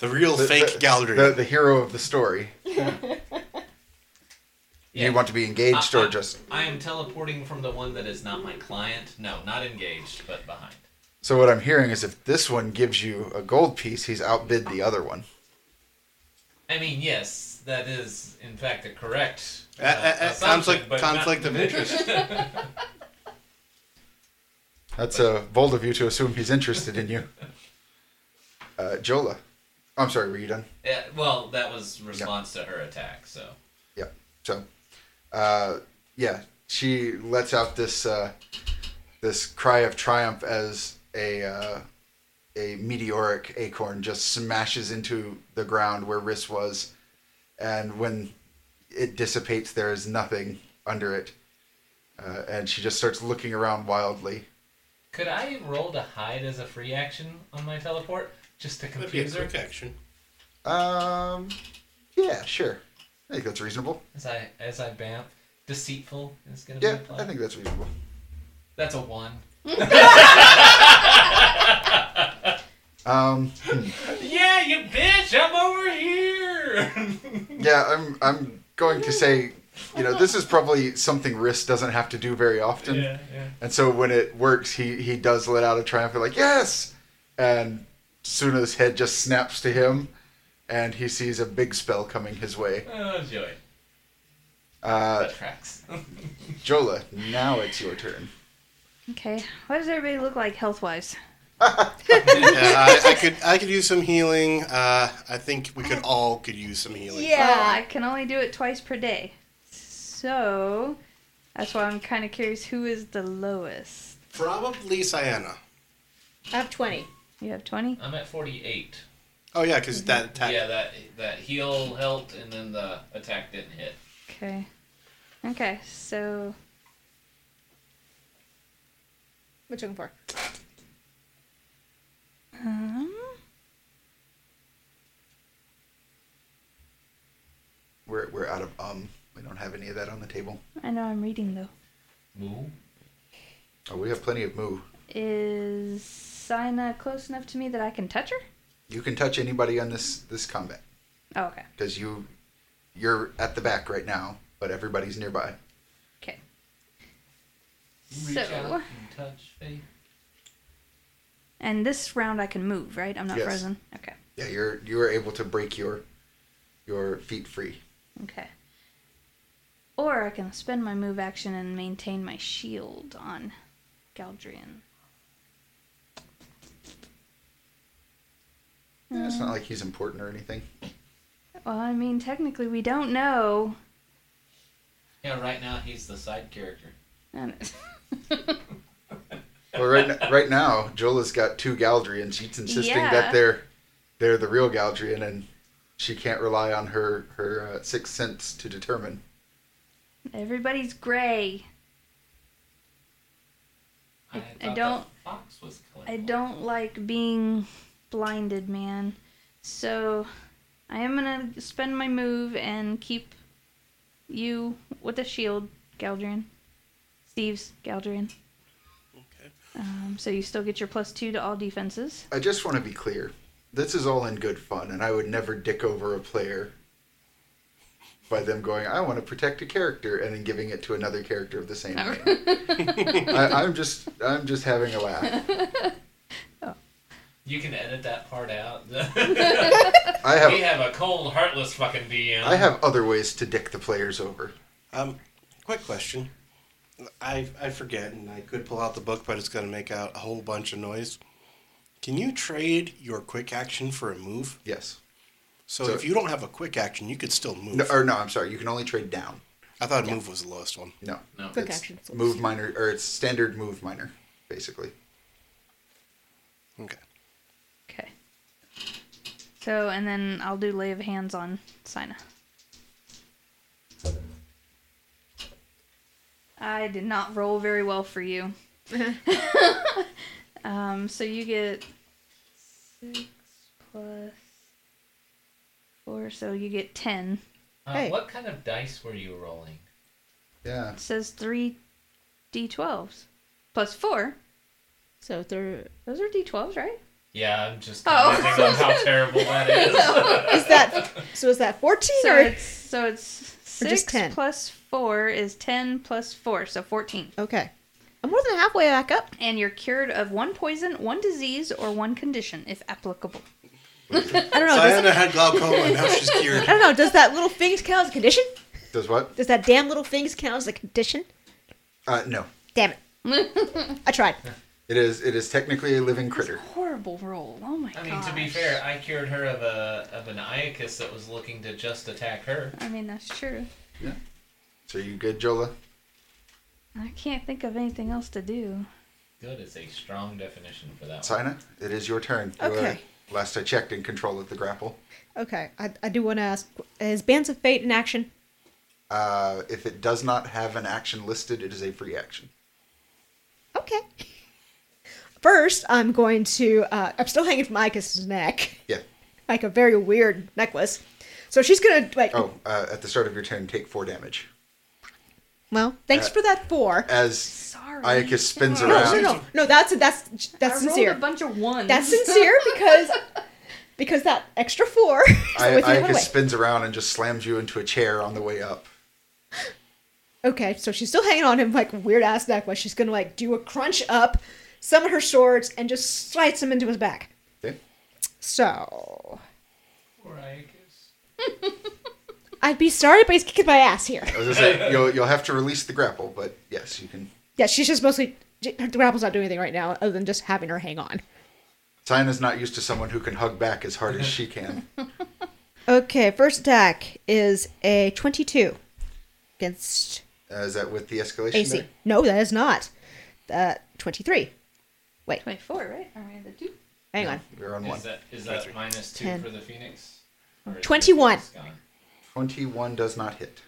C: The real fake
A: the,
C: gallery.
A: The, the hero of the story.
B: Yeah. Uh-huh.
A: You want to be engaged
B: I-
A: or
B: I-
A: just.
B: I am teleporting from the one that is not my client. No, not engaged, but behind.
A: So what I'm hearing is if this one gives you a gold piece, he's outbid the other one.
B: I mean, yes, that is in fact a correct uh,
C: Uh, uh, uh,
B: assumption,
C: conflict
B: but
C: conflict
B: not-
C: of interest.
A: That's uh, bold of you to assume he's interested in you. Uh, Jola. I'm sorry, were you done?
B: Yeah, well, that was response to her attack. So
A: Yeah. So, uh, yeah, she lets out this uh, this cry of triumph as a uh, a meteoric acorn just smashes into the ground where Riss was, and when it dissipates, there is nothing under it, uh, and she just starts looking around wildly.
B: Could I roll to hide as a free action on my teleport? Just to
C: That'd be a
B: confuse her?
C: quick action.
A: Um, yeah, sure. I think that's reasonable.
B: As I as I bamf. Deceitful is gonna
A: Yeah,
B: be applied.
A: I think that's reasonable.
B: that's a one.
A: Um.
B: Yeah, you bitch, I'm over here.
A: Yeah, I'm I'm going to say, you know, this is probably something Riss doesn't have to do very often.
B: yeah, yeah.
A: And so when it works, he he does let out a triumphant like, "Yes!" And Suna's head just snaps to him and he sees a big spell coming his way.
B: Oh joy.
A: Uh
B: That tracks.
A: Jola, now it's your turn.
E: Okay. What does everybody look like health wise?
C: Yeah, I, I could I could use some healing. Uh, I think we could all could use some healing.
E: Well, Oh, I can only do it twice per day. So that's why I'm kind of curious who is the lowest.
C: Probably Sienna.
D: I have 20.
E: You have 20?
B: I'm at forty eight.
C: Oh yeah, because that attack.
B: Yeah, that that heal helped and then the attack didn't hit.
E: Okay. Okay, so
D: What you looking for?
E: um,
A: We're we're out of um. We don't have any of that on the table.
E: I know I'm reading though.
B: Moo.
A: Oh, we have plenty of moo.
E: Is Sina close enough to me that I can touch her?
A: You can touch anybody on this this combat
E: Oh, okay.
A: because you you're at the back right now, but everybody's nearby.
E: Okay.
B: Reach out
E: So,
B: and touch faith.
E: and this round I can move, right? I'm not
A: Yes.
E: frozen. Okay.
A: Yeah, you're you were able to break your your feet free.
E: Okay. Or I can spend my move action and maintain my shield on Galdrian.
A: Yeah, It's not like he's important or anything.
E: Well, I mean, technically, we don't know.
B: Yeah, right now he's the side character.
E: And-
A: Well, right n- right now, Jola's got two Galdrians. She's insisting
E: Yeah.
A: that they're they're the real Galdrian, and she can't rely on her her uh, sixth sense to determine.
E: Everybody's gray. I- I
B: thought that
E: don't-
B: Fox was colorblind.
E: I don't like being blinded, man. So I am gonna spend my move and keep you with the shield, Galdrian. Steve's Galdrian.
C: Okay.
E: Um, so you still get your plus two to all defenses.
A: I just want to be clear. This is all in good fun, and I would never dick over a player by them going, "I want to protect a character," and then giving it to another character of the same name. I, I'm just, I'm just having a laugh.
B: You can edit that part out.
A: I
B: we
A: have,
B: have a cold, heartless fucking DM.
D: Um,
A: I have other ways to dick the players over.
C: Um, quick question. I I forget, and I could pull out the book, but it's going to make out a whole bunch of noise. Can you trade your quick action for a move?
A: Yes.
C: So,
A: So-
C: if you don't have a quick action, you could still move.
A: No, or no, I'm sorry. You can only trade down.
C: I thought move was the lowest one.
A: No.
B: No.
D: Quick
A: It's
D: action.
A: Move minor, or it's standard move minor, basically.
C: Okay.
E: Okay. So and then I'll do lay of hands on Sina. I did not roll very well for you. um, so you get six plus four, so you get ten.
B: Uh,
D: Hey.
B: What kind of dice were you rolling?
A: Yeah.
E: It says three D twelves. Plus four.
D: So there
E: Those are D twelves, right?
B: Yeah, I'm just
E: Oh.
B: commenting on how terrible that is.
D: is that. So is that fourteen
E: So
D: or?
E: it's so it's
D: Or just
E: six
D: 10?
E: plus four is ten plus four, so fourteen.
D: Okay, I'm more than halfway back up.
E: and you're cured of one poison, one disease, or one condition, if applicable.
D: I don't know. Does
C: Diana had glaucoma, and now she's cured.
D: I don't know. Does that little thing count as a condition?
A: Does what?
D: Does that damn little thing count as a condition?
A: Uh, no.
D: Damn it! I tried.
A: It is. It is technically a living critter.
E: Horrible roll. Oh my god.
B: I mean, to be fair, I cured her of a of an Iacus that was looking to just attack her.
E: I mean that's true.
A: Yeah. So you good, Jola?
E: I can't think of anything else to do.
B: Good is a strong definition for that. One.
A: Sina, it is your turn. You
D: Okay.
A: Are, last I checked, in control of the grapple.
D: Okay, I, I do want to ask: Is Bands of Fate in action?
A: Uh, if it does not have an action listed, it is a free action.
D: Okay. First, I'm going to. Uh, I'm still hanging from Icus's neck,
A: Yeah.
D: like a very weird necklace. So she's gonna like.
A: Oh, uh, at the start of your turn, take four damage.
D: Well, thanks
A: Uh,
D: for that four.
A: As
E: Sorry.
A: Iacus spins
E: No,
D: No,
A: around.
D: no, no, no. That's that's
E: I
D: that's
E: rolled
D: sincere.
E: a bunch of ones.
D: That's sincere because because that extra four is
A: I-
D: with you
A: Iacus
D: one way.
A: spins around and just slams you into a chair on the way up.
D: Okay, so she's still hanging on him like weird ass neck while she's gonna like do a crunch up, summon her swords, and just slice him into his back.
A: Okay.
D: So
B: Poor Iacus.
D: I'd be sorry, but he's kicking my ass here.
A: I was gonna say you'll you'll have to release the grapple, but yes, you can.
D: Yeah, she's just mostly her grapple's not doing anything right now other than just having her hang on.
A: Sina's not used to someone who can hug back as hard as she can. Uh,
D: Okay, first attack is a twenty-two against
A: Uh, is that with the escalation?
D: AC.
A: there?
D: No, that is not. Uh, twenty-three.
E: Twenty-four, right? All right, the two.
D: Hang on.
A: You're on one.
B: Is that is that minus two
D: Ten.
B: for the Phoenix? Or is it
D: 21.
B: just gone?
A: Twenty-one does not hit.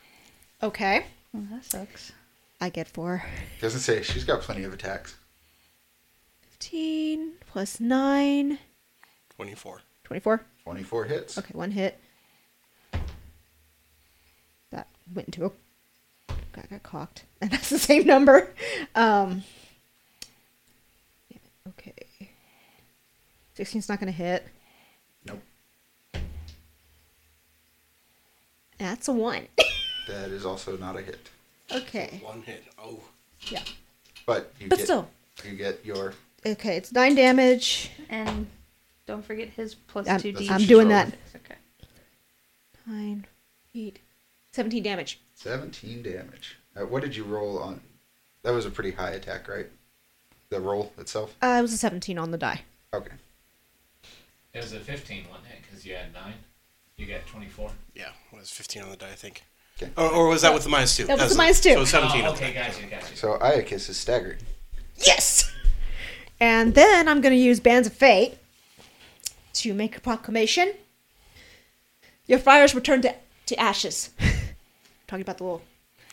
D: Okay,
E: Well, that sucks.
D: I get four.
A: Doesn't say she's got plenty of attacks.
D: 15 plus 9
C: Twenty-four.
D: 24
A: Twenty-four hits.
D: okay one hit that went into a got, got cocked and that's the same number um yeah, okay 16's not gonna hit
A: Nope.
D: that's a one
A: That is also not a hit.
D: okay
C: One hit. Oh.
D: yeah
A: But you
D: But
A: get
D: still.
A: you get your
D: okay it's nine damage
E: And don't forget his plus
D: I'm-
E: two D.
D: I'm
A: she's
D: doing
A: rolling.
D: that
E: Okay.
D: nine eight 17 damage
A: seventeen damage. Uh, what did you roll on? That was a pretty high attack, right? The roll itself.
D: uh, it was a 17 on the die
A: Okay.
B: It was a 15 one hit because you had nine. You got 24.
C: Yeah, it was fifteen on the die, I think.
A: Okay.
C: Or, or was that with the minus two?
D: That was the
C: it.
D: minus two.
C: So it was seventeen.
B: Oh,
C: on the
B: okay,
C: die.
B: gotcha, gotcha.
A: So Iacus is staggered.
D: Yes! And then I'm going to use Bands of Fate to make a proclamation. Your fires were turned to, to ashes. Talking about the little.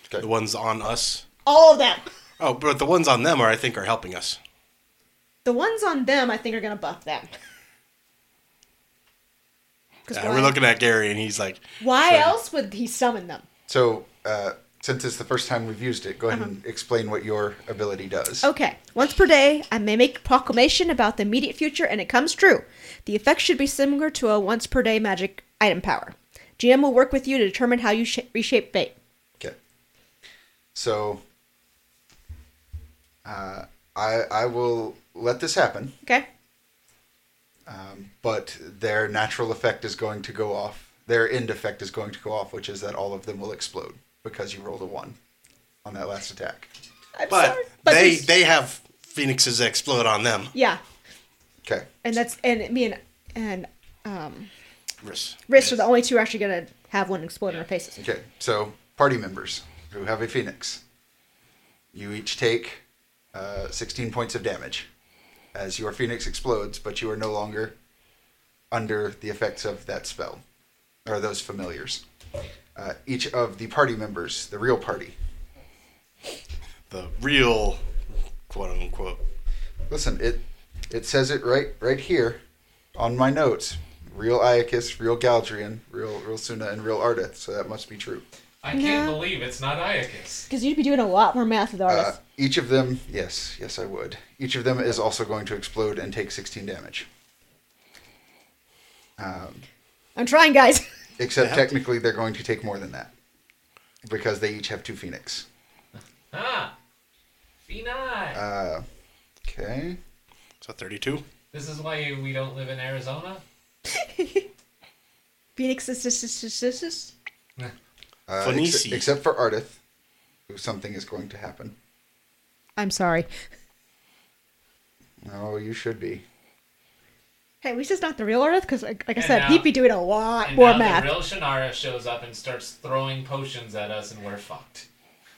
A: Okay.
C: The ones on us.
D: All of them.
C: Oh, but the ones on them are, I think, are helping us.
D: The ones on them, I think, are going to buff them. 'Cause
C: Yeah,
D: why,
C: Uh, we're looking at Gary, and he's like,
D: why
C: Sure.
D: else would he summon them?
A: So, uh, since it's the first time we've used it, go ahead and explain what your ability does.
D: Okay. Once per day, I may make a proclamation about the immediate future, and it comes true. The effect should be similar to a once per day magic item power. GM will work with you to determine how you sh- reshape fate.
A: Okay. So, uh, I I will let this happen,
D: Okay.
A: um, but their natural effect is going to go off. Their end effect is going to go off, which is that all of them will explode because you rolled a one on that last attack.
D: I'm
C: but,
D: sorry,
C: they
D: this-
C: they have phoenixes that explode on them.
D: yeah,
A: Okay.
D: and that's and me and and um,
C: Riss.
D: Riss are the only two who are actually gonna have one explode in our faces.
A: Okay. So, party members who have a phoenix, you each take uh, 16 points of damage as your phoenix explodes, but you are no longer under the effects of that spell or those familiars. Uh, each of the party members, the real party.
C: The real, quote unquote.
A: Listen, it it says it right right here on my notes. Real Iacus, real Galdrian, real real Suna, and real Ardith. So that must be true.
B: I can't
D: No.
B: believe it's not Iacus.
D: Because you'd be doing a lot more math with
A: Uh,
D: artists.
A: each of them, yes, yes, I would. Each of them is also going to explode and take 16 damage. Um,
D: I'm trying, guys.
A: except
C: Yeah.
A: technically, they're going to take more than that because they each have two phoenix.
B: Ah, Phenai.
A: Uh, okay,
C: So 32.
B: this is why we don't live in Arizona.
D: Phoenix is is- is- is- is- is-
A: uh, ex-
C: Phoenici.
A: except for Ardith, who something is going to happen.
D: I'm sorry.
A: Oh, you should be.
D: Hey, at least it's not the real artist, because like, like I
B: And
D: said,
B: now-
D: he'd be doing a lot
B: And
D: more
B: now
D: math.
B: the real Shannara shows up and starts throwing potions at us, and we're fucked.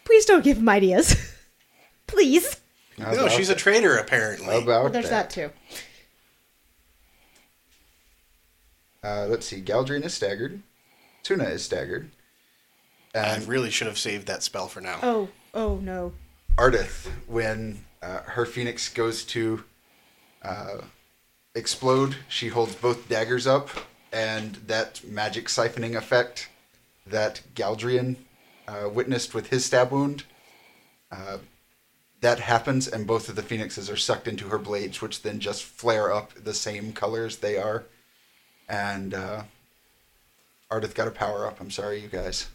D: Please don't give him ideas. Please.
A: How
C: No,
A: about
C: she's a
A: that?
C: traitor apparently.
A: How about
D: There's that
A: that?
D: too.
A: Uh, let's see. Galdrian is staggered. Tuna is staggered.
C: I
A: And
C: really should have saved that spell for now.
D: Oh, oh no.
A: Ardith when uh, her phoenix goes to uh, explode. She holds both daggers up, and that magic siphoning effect that Galdrian uh, witnessed with his stab wound. Uh, that happens, and both of the phoenixes are sucked into her blades, which then just flare up the same colors they are. And uh, Ardith got a power up. I'm sorry, you guys.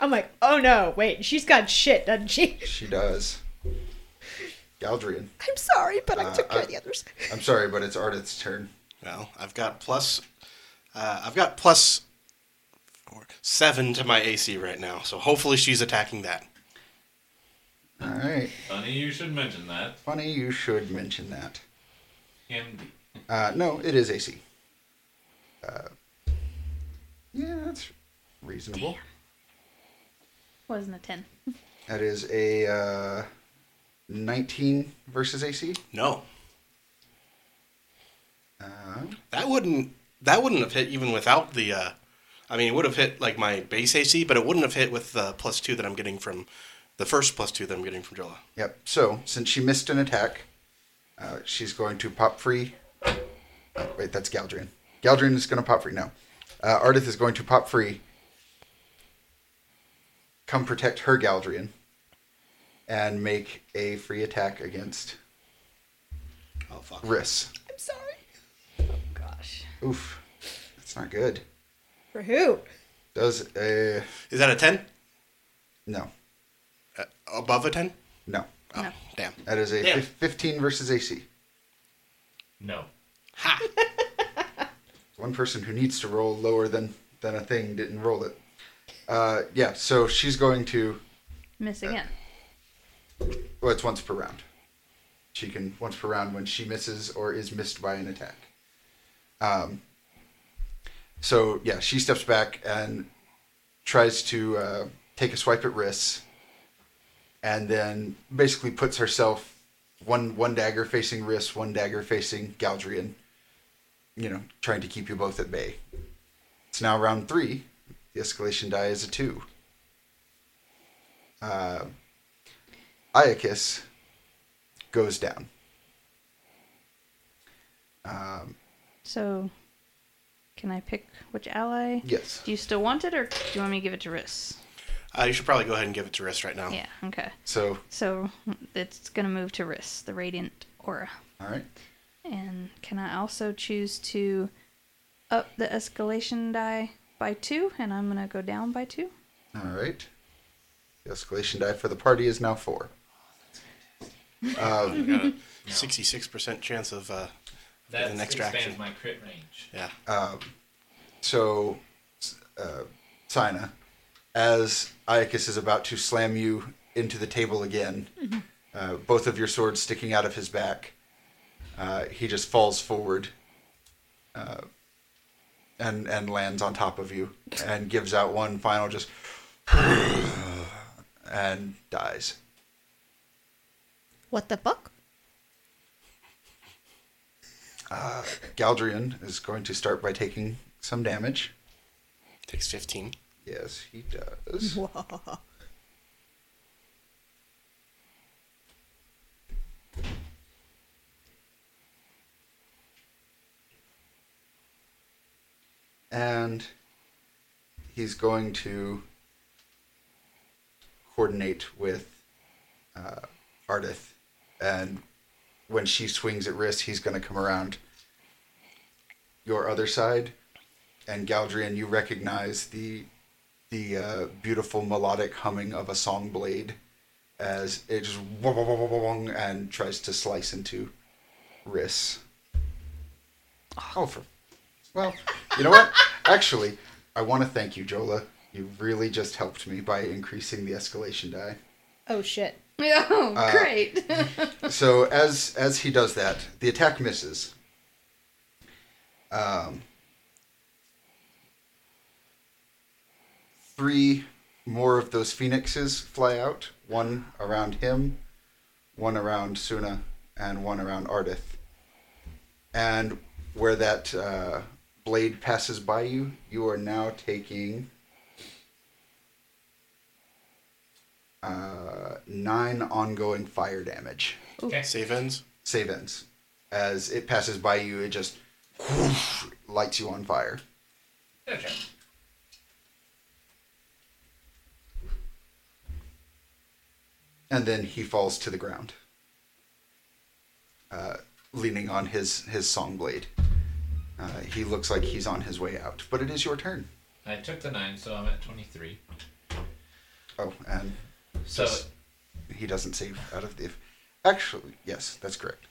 D: I'm like, oh no. Wait, she's got shit, doesn't she?
A: She does. Galdrian.
D: I'm sorry, but I
A: Uh,
D: took care of
A: I-
D: the others.
A: I'm sorry, but it's Ardith's turn.
C: Well, I've got plus, uh, I've got plus four, seven to my AC right now. So hopefully she's attacking that.
A: All right.
B: Funny you should mention that.
A: Funny you should mention that.
B: MD.
A: Uh, no, it is AC. Uh, yeah, that's reasonable.
E: Wasn't a 10.
A: That is a uh, 19 versus AC.
C: No, Uh-huh.
A: Uh,
C: that wouldn't that wouldn't have hit even without the. Uh, I mean, it would have hit like my base AC, but it wouldn't have hit with the plus two that I'm getting from the first plus two that I'm getting from Jola.
A: yep. So, since she missed an attack, uh, she's going to pop free. Oh, wait, that's Galdrian. Galdrian is going to pop free. No. Uh, Ardith is going to pop free. Come protect her Galdrian. And make a free attack against
C: Oh fuck!
A: Riss.
D: I'm sorry.
E: Gosh.
A: Oof, that's not good.
D: For who?
A: Does a
C: Is that a ten?
A: no,
C: Uh, above a ten?
A: no.
C: Oh,
E: No.
C: damn!
A: That is a
C: Damn.
A: fif- fifteen versus AC.
B: No.
C: Ha!
A: One person who needs to roll lower than than a thing didn't roll it. Uh, yeah, so she's going to.
E: Miss again.
A: Well, it's once per round. She can once per round when she misses or is missed by an attack. Um. So yeah, she steps back and tries to uh, take a swipe at Riss, and then basically puts herself one one dagger facing Riss, one dagger facing Galdrian. You know, trying to keep you both at bay. It's now round three. The escalation die is a two. Uh, Iacus goes down. Um,
E: So, can I pick which ally?
A: yes.
E: Do you still want it, or do you want me to give it to Riss?
C: Uh, you should probably go ahead and give it to Riss right now.
E: Yeah, okay.
A: So,
E: So, it's going to move to Riss, the Radiant Aura.
A: all right.
E: And can I also choose to up the escalation die by two? And I'm going to go down by two.
A: All right. The escalation die for the party is now four.
C: You got a 66% chance of. Uh,
B: That
C: The next
B: expands
C: action.
B: my crit range.
C: yeah.
A: So, uh, Sina, as Iacus is about to slam you into the table again, uh, both of your swords sticking out of his back, uh, he just falls forward uh, and, and lands on top of you and gives out one final just and dies.
D: What the fuck?
A: Galdrian is going to start by taking some damage.
C: Takes 15.
A: Yes, he does. And he's going to coordinate with uh, Ardith. And when she swings at wrist, he's going to come around your other side. And Galdrian, you recognize the the uh, beautiful melodic humming of a song blade as it just wong, wong, wong, wong, wong, and tries to slice into Riss. Oh, for well, you know what? Actually, I want to thank you, Jola. You really just helped me by increasing the escalation die.
D: Oh shit.
E: Oh, great.
A: So as as he does that, the attack misses. Um, three more of those phoenixes fly out. One around him, one around Suna, and one around Ardith. And where that uh, blade passes by you, you are now taking uh, nine ongoing fire damage
B: Okay.
C: Save ends.
A: save ends. As it passes by you, it just whoosh, lights you on fire.
B: Okay.
A: And then he falls to the ground, uh, leaning on his, his song blade. Uh, he looks like he's on his way out, but it is your turn.
B: I took the nine, so I'm at 23.
A: Oh, and
B: So
A: Just- he doesn't save out of the. Actually, yes, that's correct.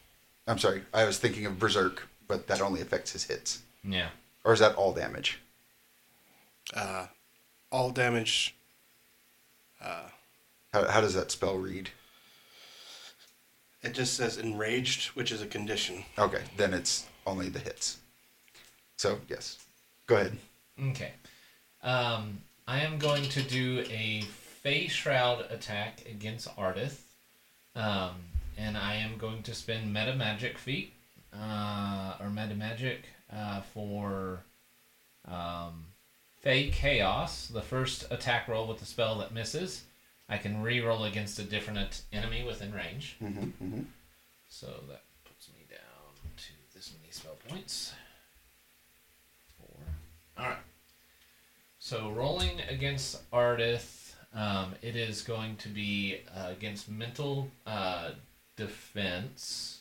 A: I'm sorry, I was thinking of Berserk, but that only affects his hits.
B: yeah,
A: Or is that all damage?
C: Uh, all damage.
A: How, how does that spell read?
C: It just says enraged, which is a condition.
A: Okay, then it's only the hits. So, yes. Go ahead.
B: okay. Um, I am going to do a Fey Shroud attack against Ardith, um, and I am going to spend Meta Magic feet uh, or Meta Magic uh, for um, Fey Chaos. The first attack roll with the spell that misses, I can re-roll against a different at- enemy within range. So that puts me down to this many spell points. Four. All right. So rolling against Ardith, um, it is going to be uh, against mental uh, defense,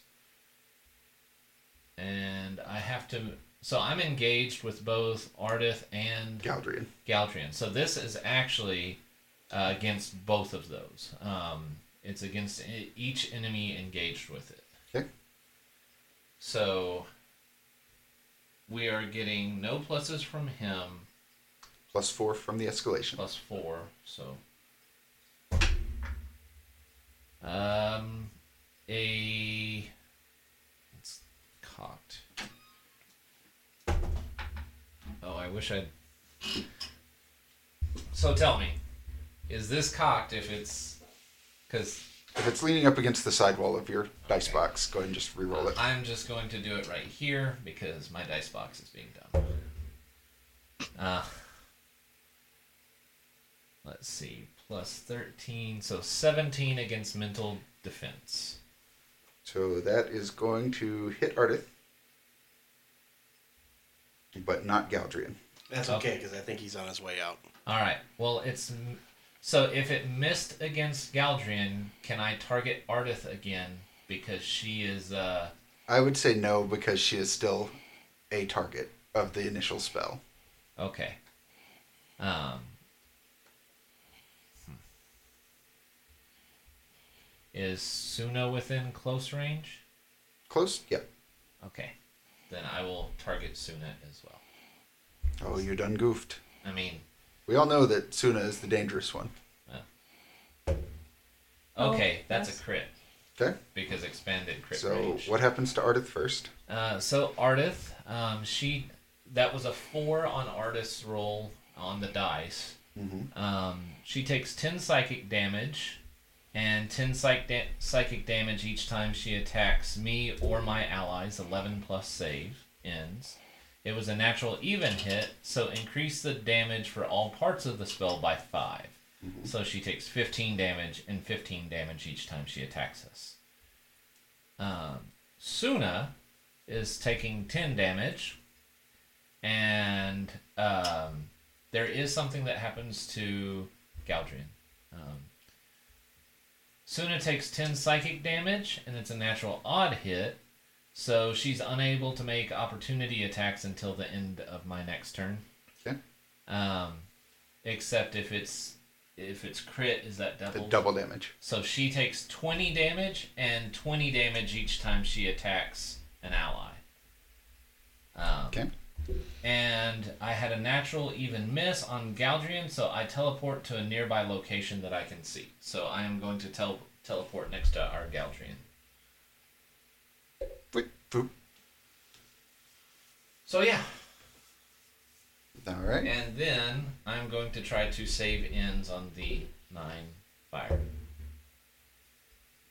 B: and I have to. So I'm engaged with both Ardith and
A: Galdrian.
B: Galtrian. So this is actually uh, against both of those. Um, it's against e- each enemy engaged with it.
A: Okay.
B: So we are getting no pluses from him,
A: Plus four from the escalation.
B: plus four. So um, a it's cocked. Oh, I wish I'd. So tell me, is this cocked if it's because
A: If it's leaning up against the sidewall of your dice box, go ahead and just re-roll it.
B: I'm just going to do it right here because my dice box is being dumb. Uh, let's see. Plus 13, so 17 against mental defense.
A: So that is going to hit Ardith, but not Galdrian.
C: That's
B: Okay.
C: okay because I think he's on his way out.
B: All right. Well, it's m- so if it missed against Galdrian, can I target Ardith again because she is uh
A: I would say no because she is still a target of the initial spell.
B: okay. Um hmm. Is Suna within close range?
A: Close? Yeah.
B: Okay. Then I will target Suna as well.
A: Oh, you done goofed.
B: I mean,
A: We all know that Suna is the dangerous one.
E: Oh,
B: okay, that's
E: yes.
B: a crit
A: Okay?
B: because expanded crit
A: so
B: range.
A: what happens to Ardith first?
B: Uh, so Ardith, um, she that was a four on Ardith's roll on the dice. Um, she takes ten psychic damage, and ten psych da- psychic damage each time she attacks me or my allies. Eleven plus save ends. It was a natural even hit, so increase the damage for all parts of the spell by 5 So she takes fifteen damage and fifteen damage each time she attacks us. Um, Suna is taking 10 damage. And um, there is something that happens to Galdrian. Um, Suna takes 10 psychic damage, and it's a natural odd hit. So she's unable to make opportunity attacks until the end of my next turn.
A: Okay?
B: Um, except if it's if it's crit, is that
A: The
B: double?
A: double damage.
B: So she takes 20 damage and 20 damage each time she attacks an ally. Um,
A: Okay?
B: And I had a natural even miss on Galdrian, so I teleport to a nearby location that I can see. So I am going to tel- teleport next to our Galdrian.
A: Boop, boop.
B: So yeah,
A: All right.
B: and then I'm going to try to save ends on the nine fire.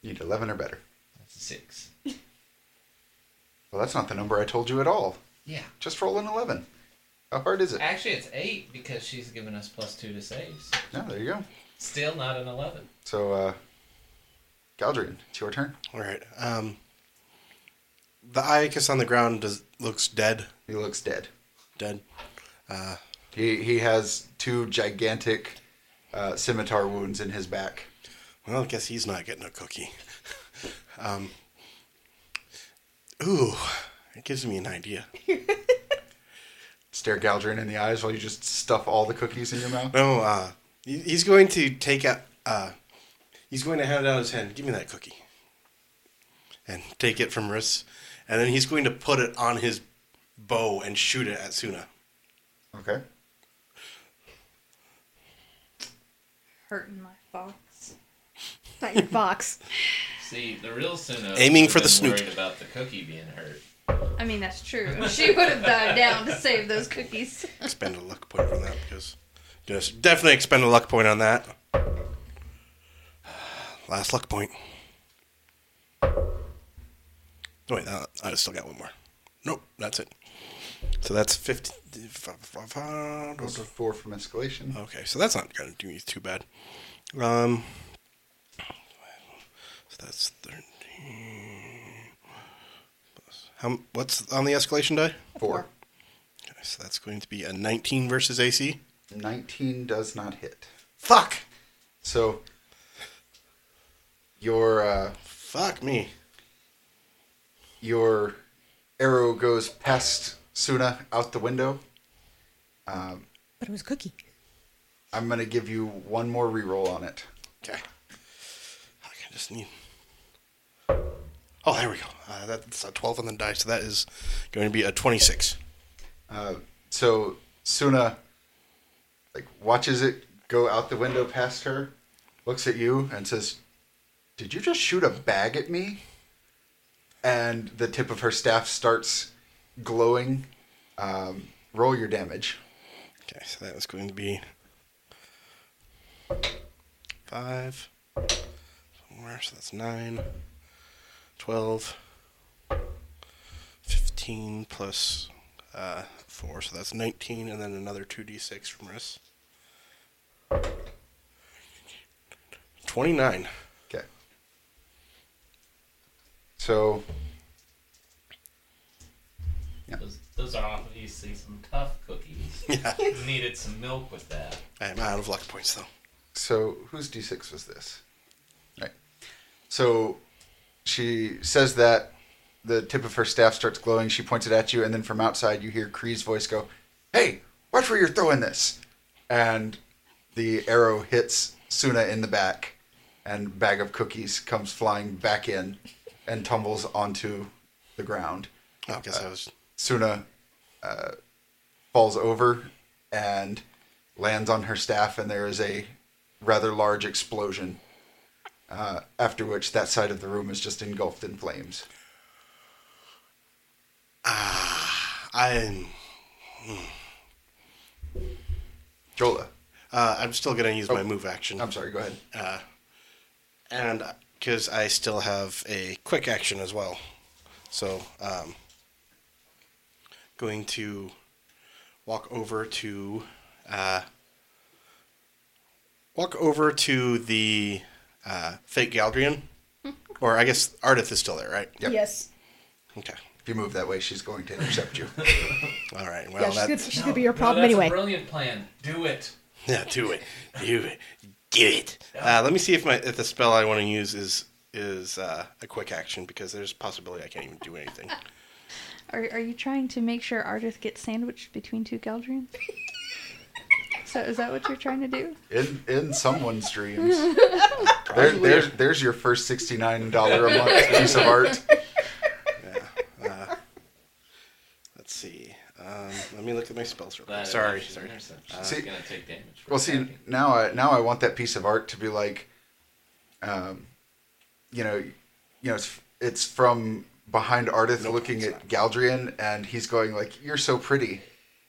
A: Need 11 or better.
B: That's a six.
A: Well, that's not the number I told you at all.
B: Yeah.
A: Just roll an 11. How hard is it?
B: Actually, it's eight because she's given us plus two to saves.
A: No, there you go.
B: Still not an 11.
A: So, uh, Galdrian, it's your turn.
C: All right. Um, the Iacus on the ground does, looks dead.
A: He looks dead.
C: Dead.
A: He he has two gigantic uh, scimitar wounds in his back.
C: Well, I guess he's not getting a cookie. um, ooh, it gives me an idea.
A: Stare Galdrian in the eyes while you just stuff all the cookies in your mouth.
C: No, uh, he- he's going to take out. Uh, he's going to hand out his hand. Give me that cookie. And take it from Riss, and then he's going to put it on his bow and shoot it at Suna.
A: Okay.
E: Hurting my box.
D: Not your fox.
B: See, the real Sinnoh
C: Aiming
B: would've
C: for the
B: been
C: snoot.
B: Worried about the cookie being hurt.
E: I mean, that's true. She would have died down to save those cookies.
C: Expend a luck point on that because just definitely expend a luck point on that. Last luck point. Oh, wait, no, I still got one more. Nope, that's it. So that's 50.
A: Those are four from escalation.
C: Okay, so that's not going to do me too bad. Um, so that's 13. plus- How, m- what's on the escalation die?
A: Four.
C: Okay, so that's going to be a 19 versus AC.
A: 19 does not hit.
C: Fuck!
A: So, your, uh,
C: Fuck me.
A: your arrow goes past Suna out the window. Um,
D: But it was Cookie.
A: I'm going to give you one more reroll on it.
C: Okay. I can just need. Oh, there we go. Uh, that's a 12 on the die, so that is going to be a 26.
A: Uh, so Suna like watches it go out the window past her, looks at you and says, "Did you just shoot a bag at me?" And the tip of her staff starts glowing. Um, roll your damage.
C: Okay, so that is going to be five somewhere, so that's nine, 12, 15 plus uh, four, so that's 19, and then another 2d6 from Riss. 29.
A: Okay. So Yeah.
B: Those, those are obviously some tough cookies.
C: Yeah.
B: Needed some milk with that.
C: I am out of luck points, though.
A: so whose d6 was this? Right. So she says that the tip of her staff starts glowing. She points it at you, and then from outside you hear Kree's voice go, "Hey, watch where you're throwing this!" And the arrow hits Suna in the back, and bag of cookies comes flying back in, and tumbles onto the ground.
C: Oh, I guess I was.
A: Suna uh, falls over and lands on her staff, and there is a rather large explosion. Uh, after which, that side of the room is just engulfed in flames.
C: I'm,
A: Jola,
C: uh, I'm still going to use my
A: Oh.
C: move action.
A: I'm sorry. Go ahead.
C: and because I still have a quick action as well, so um, going to walk over to uh, walk over to the uh, fake Galdrian,
D: Hmm.
C: or I guess Ardith is still there, right?
A: Yep.
D: Yes.
C: Okay.
A: If you move that way, she's going to intercept you.
C: All right.
D: Yeah,
C: Well,
D: she's gonna,
C: that's
D: she's gonna be your
B: No,
D: problem
B: that's
D: anyway.
B: A brilliant plan. Do it.
C: yeah. Do it. Do it. Do it. Uh, let me see if my if the spell I want to use is is uh, a quick action because there's a possibility I can't even do anything.
E: Are, are you trying to make sure Ardith gets sandwiched between two Geldrians? so is that what you're trying to do?
A: In in someone's dreams. there, there's there's your first sixty nine dollar a month piece of art.
C: Let's see. Um, let me look at my spells real quick.
B: That
C: sorry,
B: is
C: sorry.
B: intercept.
A: See-
B: She's gonna take damage. for
A: Well, see
B: attacking.
A: now I now I want that piece of art to be like, um, you know, you know it's it's from behind Ardith looking
C: it's
A: at Galdrian and he's going like, "You're so pretty,"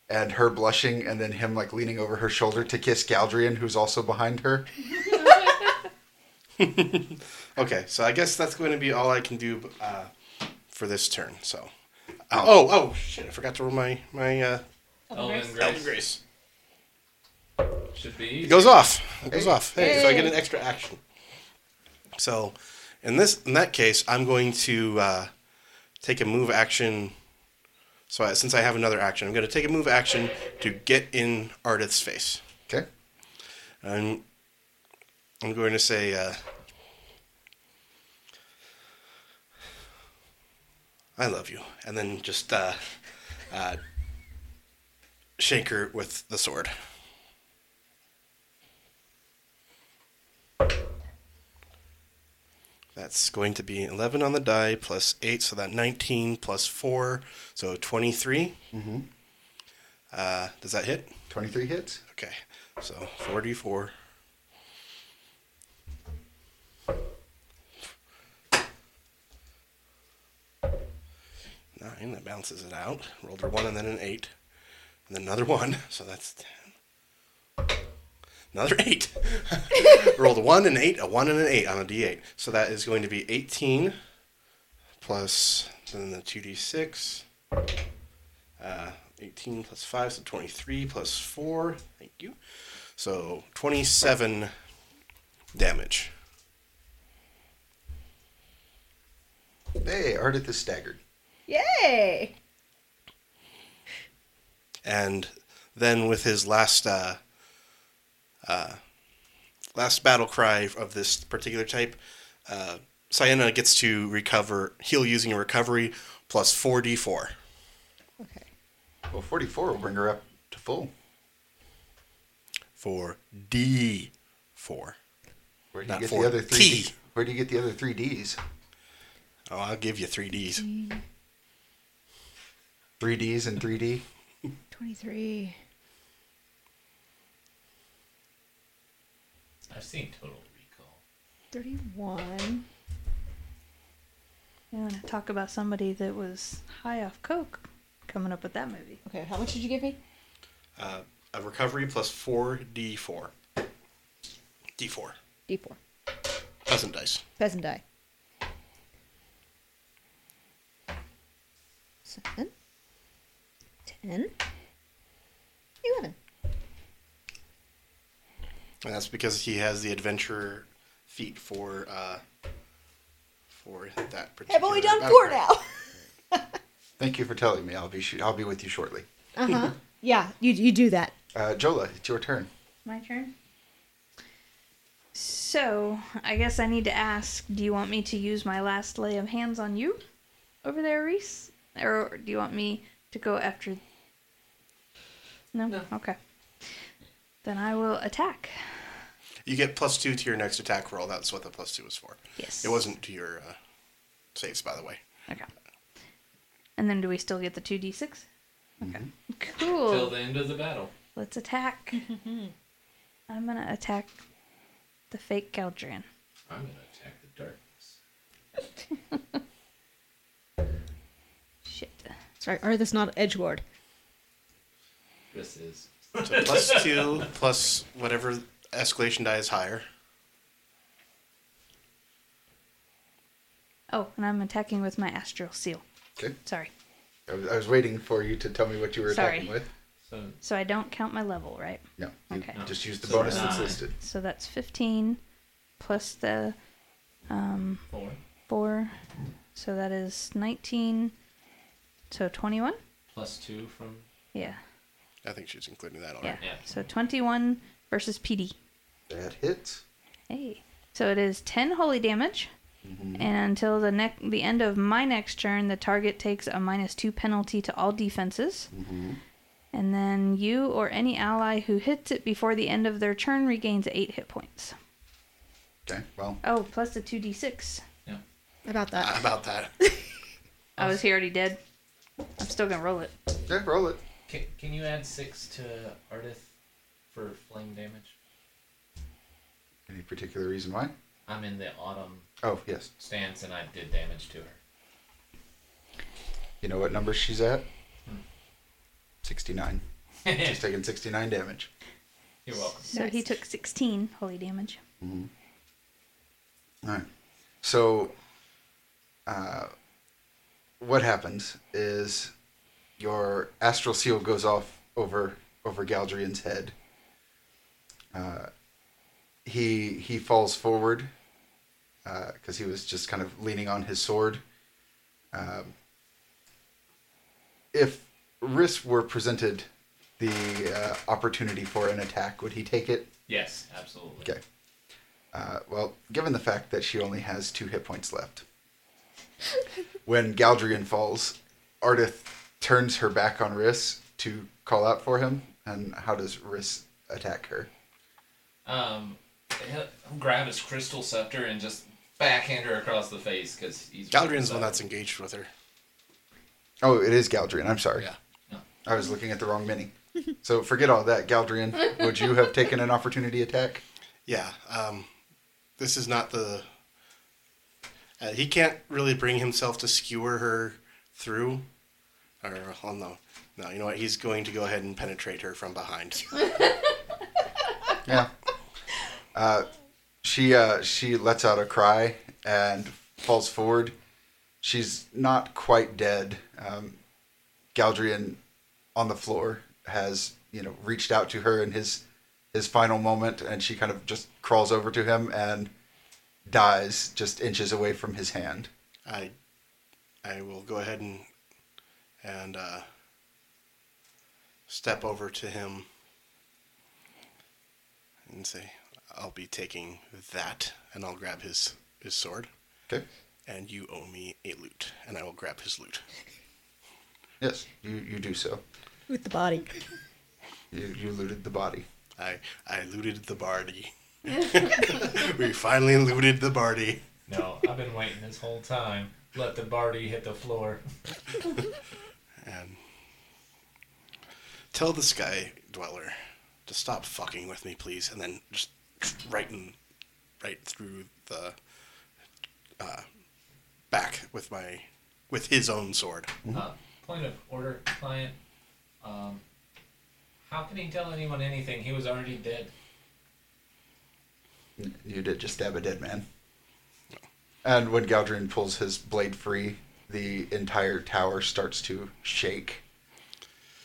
A: and her blushing, and then him like leaning over her shoulder to kiss Galdrian, who's also behind her.
C: Okay, so I guess that's going to be all I can do uh, for this turn. So, uh, oh, oh shit! I forgot to roll my my uh,
D: Oh,
B: Elven
C: Elven
B: Grace
C: Grace.
B: should be.
C: It goes off. It goes
A: Hey.
C: off. Hey, so I get an extra action. So, in this in that case, I'm going to uh, take a move action. So, I, since I have another action, I'm going to take a move action to get in Ardith's face.
A: Okay,
C: I'm, I'm going to say, uh, I love you. And then just uh, uh, shank her with the sword. That's going to be 11 on the die plus 8, so that 19 plus 4, so 23. Mm-hmm. Uh, does that hit?
A: twenty three hits.
C: Okay, so 44. Nine, that balances it out. Rolled a one and then an eight. And then another one, so that's ten. Another eight. Rolled a one and eight, a one and an eight on a d8. So that is going to be 18 plus then the 2d6. Uh, 18 plus 5, so 23 plus 4. Thank you. So 27 damage.
A: Hey, Ardith is staggered.
D: Yay!
C: And then with his last uh, uh, last battle cry of this particular type, uh, Sienna gets to recover, heal using a recovery plus 4d4.
D: Okay.
A: Well, forty four will bring her up to full.
C: For d4.
A: Where do you
C: Not
A: get
C: four.
A: the other three?
C: T.
A: D- Where do you get the other three Ds?
C: Oh, I'll give you 3ds.
A: Three Ds and three D.
D: 23.
B: I've seen Total Recall.
D: 31.
E: You want to talk about somebody that was high off coke coming up with that movie?
D: Okay, how much did you give me?
C: Uh, a recovery plus 4d4. d4.
D: D4.
C: Pleasant dice.
D: Pheasant die. Seven. Ten. 10, 11.
C: And that's because he has the adventurer feat for uh, for that particular.
D: I've only done
C: battle
D: four
C: cry.
D: now.
A: Thank you for telling me. I'll be sh- I'll be with you shortly.
D: Uh huh. yeah, you, you do that.
A: Uh, Jola, it's your turn.
E: My turn. So, I guess I need to ask do you want me to use my last lay of hands on you over there, Reese? Or do you want me to go after. No?
B: No.
E: Okay. Then I will attack.
C: You get plus two to your next attack roll. That's what the plus two was for.
E: Yes.
C: It wasn't to your uh, saves, by the way.
E: Okay. And then do we still get the 2d6? Okay.
B: Till
C: Mm-hmm.
E: Cool.
B: the end of the battle.
E: Let's attack. I'm going to attack the fake Galdrian.
B: I'm gonna attack the darkness.
E: Shit.
D: Sorry, or this not Edgeward.
B: This is
C: So plus two, plus whatever escalation die is higher.
E: Oh, and I'm attacking with my astral seal.
A: Okay.
E: Sorry.
A: I was, I was waiting for you to tell me what you were
E: Sorry.
A: attacking with.
B: so
E: So I don't count my level, right?
A: No. you
E: Okay.
A: Just use the
B: So
A: bonus that's
B: nine.
A: listed.
E: So that's 15 plus the um,
B: four.
E: 4. So that is 19. So 21?
B: Plus two from
E: Yeah.
C: I think she's including that already.
E: Yeah.
B: Yeah.
E: So 21 versus PD.
A: That hits.
E: Hey. So it is 10 holy damage. And until the neck, the end of my next turn, the target takes a minus two penalty to all defenses. And then you or any ally who hits it before the end of their turn regains eight hit points.
A: Okay. Well,
E: Oh, plus the two d six.
B: Yeah.
D: About that.
C: Uh, About that.
E: Oh, is he already dead? I'm still gonna roll it.
A: yeah, roll it.
B: Can, can you add six to Ardith for flame damage?
A: Any particular reason why?
B: I'm in the autumn
A: Oh, yes.
B: stance and I did damage to her.
A: You know what number she's at? 69. She's taking 69 damage.
B: You're welcome.
E: So he took sixteen holy damage.
A: All right. So, uh, what happens is your astral seal goes off over over Galdrian's head. Uh, he he falls forward because he was just kind of leaning on his sword. Um, if Riss were presented the uh, opportunity for an attack, would he take it?
B: Yes, absolutely.
A: Okay. Uh, well, given the fact that she only has two hit points left, when Galdrian falls, Ardith turns her back on Riss to call out for him. And how does Riss attack her?
B: Um, he'll, he'll grab his crystal scepter and just backhand her across the face because he's.
C: Galdrian's the one that's engaged with her.
A: Oh, it is Galdrian. I'm sorry.
C: Yeah.
B: No.
A: I was looking at the wrong mini. so forget all that. Galdrian, would you have taken an opportunity attack?
C: Yeah. Um, this is not the. Uh, he can't really bring himself to skewer her through. Or, oh no. No, you know what? He's going to go ahead and penetrate her from behind.
A: Yeah. Uh, she uh, she lets out a cry and falls forward. She's not quite dead. Um, Galdrian on the floor has you know reached out to her in his his final moment, and she kind of just crawls over to him and dies just inches away from his hand.
C: I, I will go ahead and, and uh, step over to him and say, "I'll be taking that," and I'll grab his his sword,
A: Okay.
C: and you owe me a loot, and I will grab his loot.
A: Yes, you you do so.
D: With the body.
A: You you looted the body.
C: I I looted the bardy. we finally looted the bardy.
B: No, I've been waiting this whole time. Let the Barty hit the floor.
C: And tell the sky dweller to stop fucking with me, please, and then just right in, right through the uh, back with my with his own sword.
B: Uh, point of order, client. Um, how can he tell anyone anything? He was already dead.
A: You did just stab a dead man. And when Galdrian pulls his blade free, the entire tower starts to shake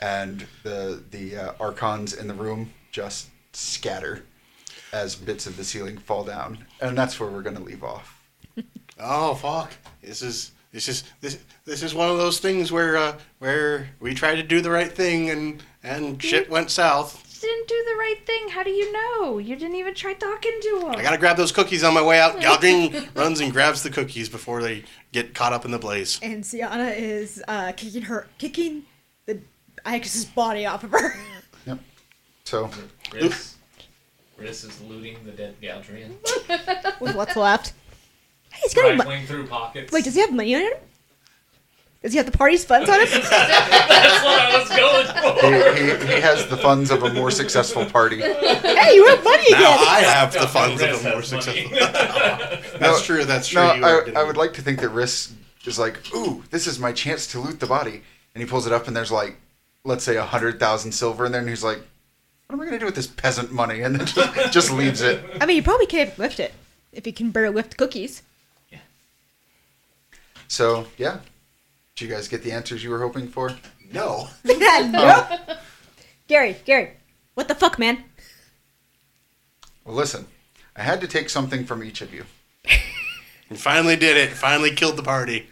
A: and the the uh, archons in the room just scatter as bits of the ceiling fall down, and that's where we're gonna leave off.
C: Oh fuck! This is this is this this is one of those things where uh, where we tried to do the right thing and and shit went south.
E: Didn't do the right thing. How do you know? You didn't even try talking to him.
C: I gotta grab those cookies on my way out. Galdrin runs and grabs the cookies before they get caught up in the blaze.
F: And Sienna is uh, kicking her, kicking the Icus's body off of her.
A: Yep. So
B: Riss. Riss is looting the dead Galdrian.
D: with what's left. Hey, he's got mo-
B: Rifling through pockets.
D: Wait, does he have money on him? Does he have the party's funds on him?
B: That's what I was going for.
A: he, he, he has the funds of a more successful party.
D: hey, you have money
C: Now
D: again.
C: I have the
B: Don't
C: funds
B: think
C: of a
B: Riss
C: more
B: has money.
C: successful. That's true. That's true.
A: No,
C: you didn't-
A: I, I would like to think that Riss is like, ooh, this is my chance to loot the body, and he pulls it up, and there's like, let's say a hundred thousand silver in there, and he's like, what am I gonna do with this peasant money? And then just, just leaves it.
D: I mean, you probably can't lift it if you can barely lift cookies.
A: So yeah, did you guys get the answers you were hoping for?
C: No.
D: nope. Gary, Gary, what the fuck, man?
A: Well, listen, I had to take something from each of you,
C: And finally did it. Finally killed the party.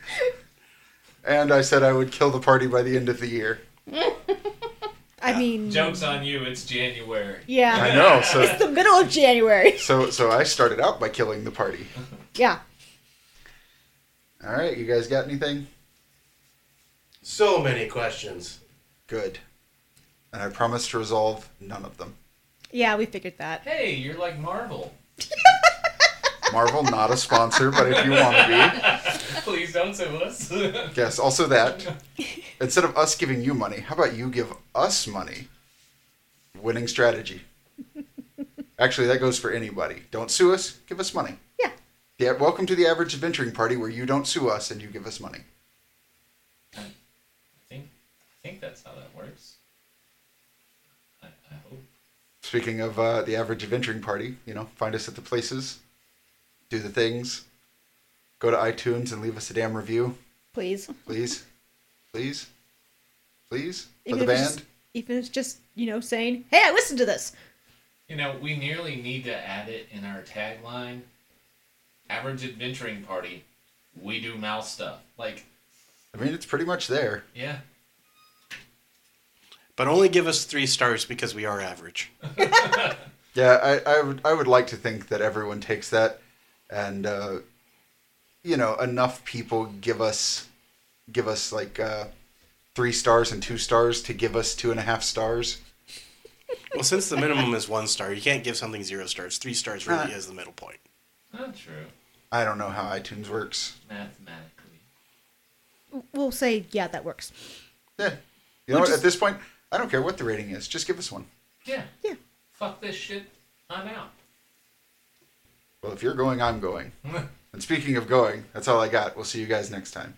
A: and I said I would kill the party by the end of the year.
D: I mean,
B: Joke's on you, it's January.
F: yeah.
A: I know. So
F: The middle of January.
A: so so I started out by killing the party.
D: yeah.
A: All right, you guys got anything?
C: So many questions.
A: Good. And I promise to resolve none of them.
D: Yeah, we figured that.
B: Hey, you're like Marvel.
A: Marvel, not a sponsor, but if you want to
B: Please don't sue us.
A: be, yes, also that. Instead of us giving you money, how about you give us money? Winning strategy. Actually, that goes for anybody. Don't sue us, give us money.
D: Yeah.
A: Yeah, welcome to the average adventuring party where you don't sue us and you give us money.
B: I think, I think that's how that works. I, I hope.
A: Speaking of uh, the average adventuring party, you know, find us at the places, do the things, go to iTunes and leave us a damn review.
D: Please.
A: please, please, please, for the
D: Even if it's
A: band.
D: just- Even if it's just, you know, saying, hey, I listened to this.
B: You know, we nearly need to add it in our tagline. Average adventuring party, we do mouse stuff. Like,
A: I mean, it's pretty much there.
B: yeah,
C: But only give us three stars because we are average.
A: Yeah, I, I would, I would like to think that everyone takes that, and uh, you know, enough people give us, give us like uh, three stars and two stars to give us two and a half stars.
C: Well, since the minimum is one star, you can't give something zero stars. Three stars really
A: Uh.
C: is the middle point.
B: not true.
A: I don't know how iTunes works.
B: Mathematically.
D: We'll say, yeah, that works.
A: Yeah, you know, what, at this point, I don't care what the rating is. Just give us one.
B: Yeah.
D: Yeah.
B: Fuck this shit. I'm out.
A: Well, if you're going, I'm going. and speaking of going, that's all I got. We'll see you guys next time.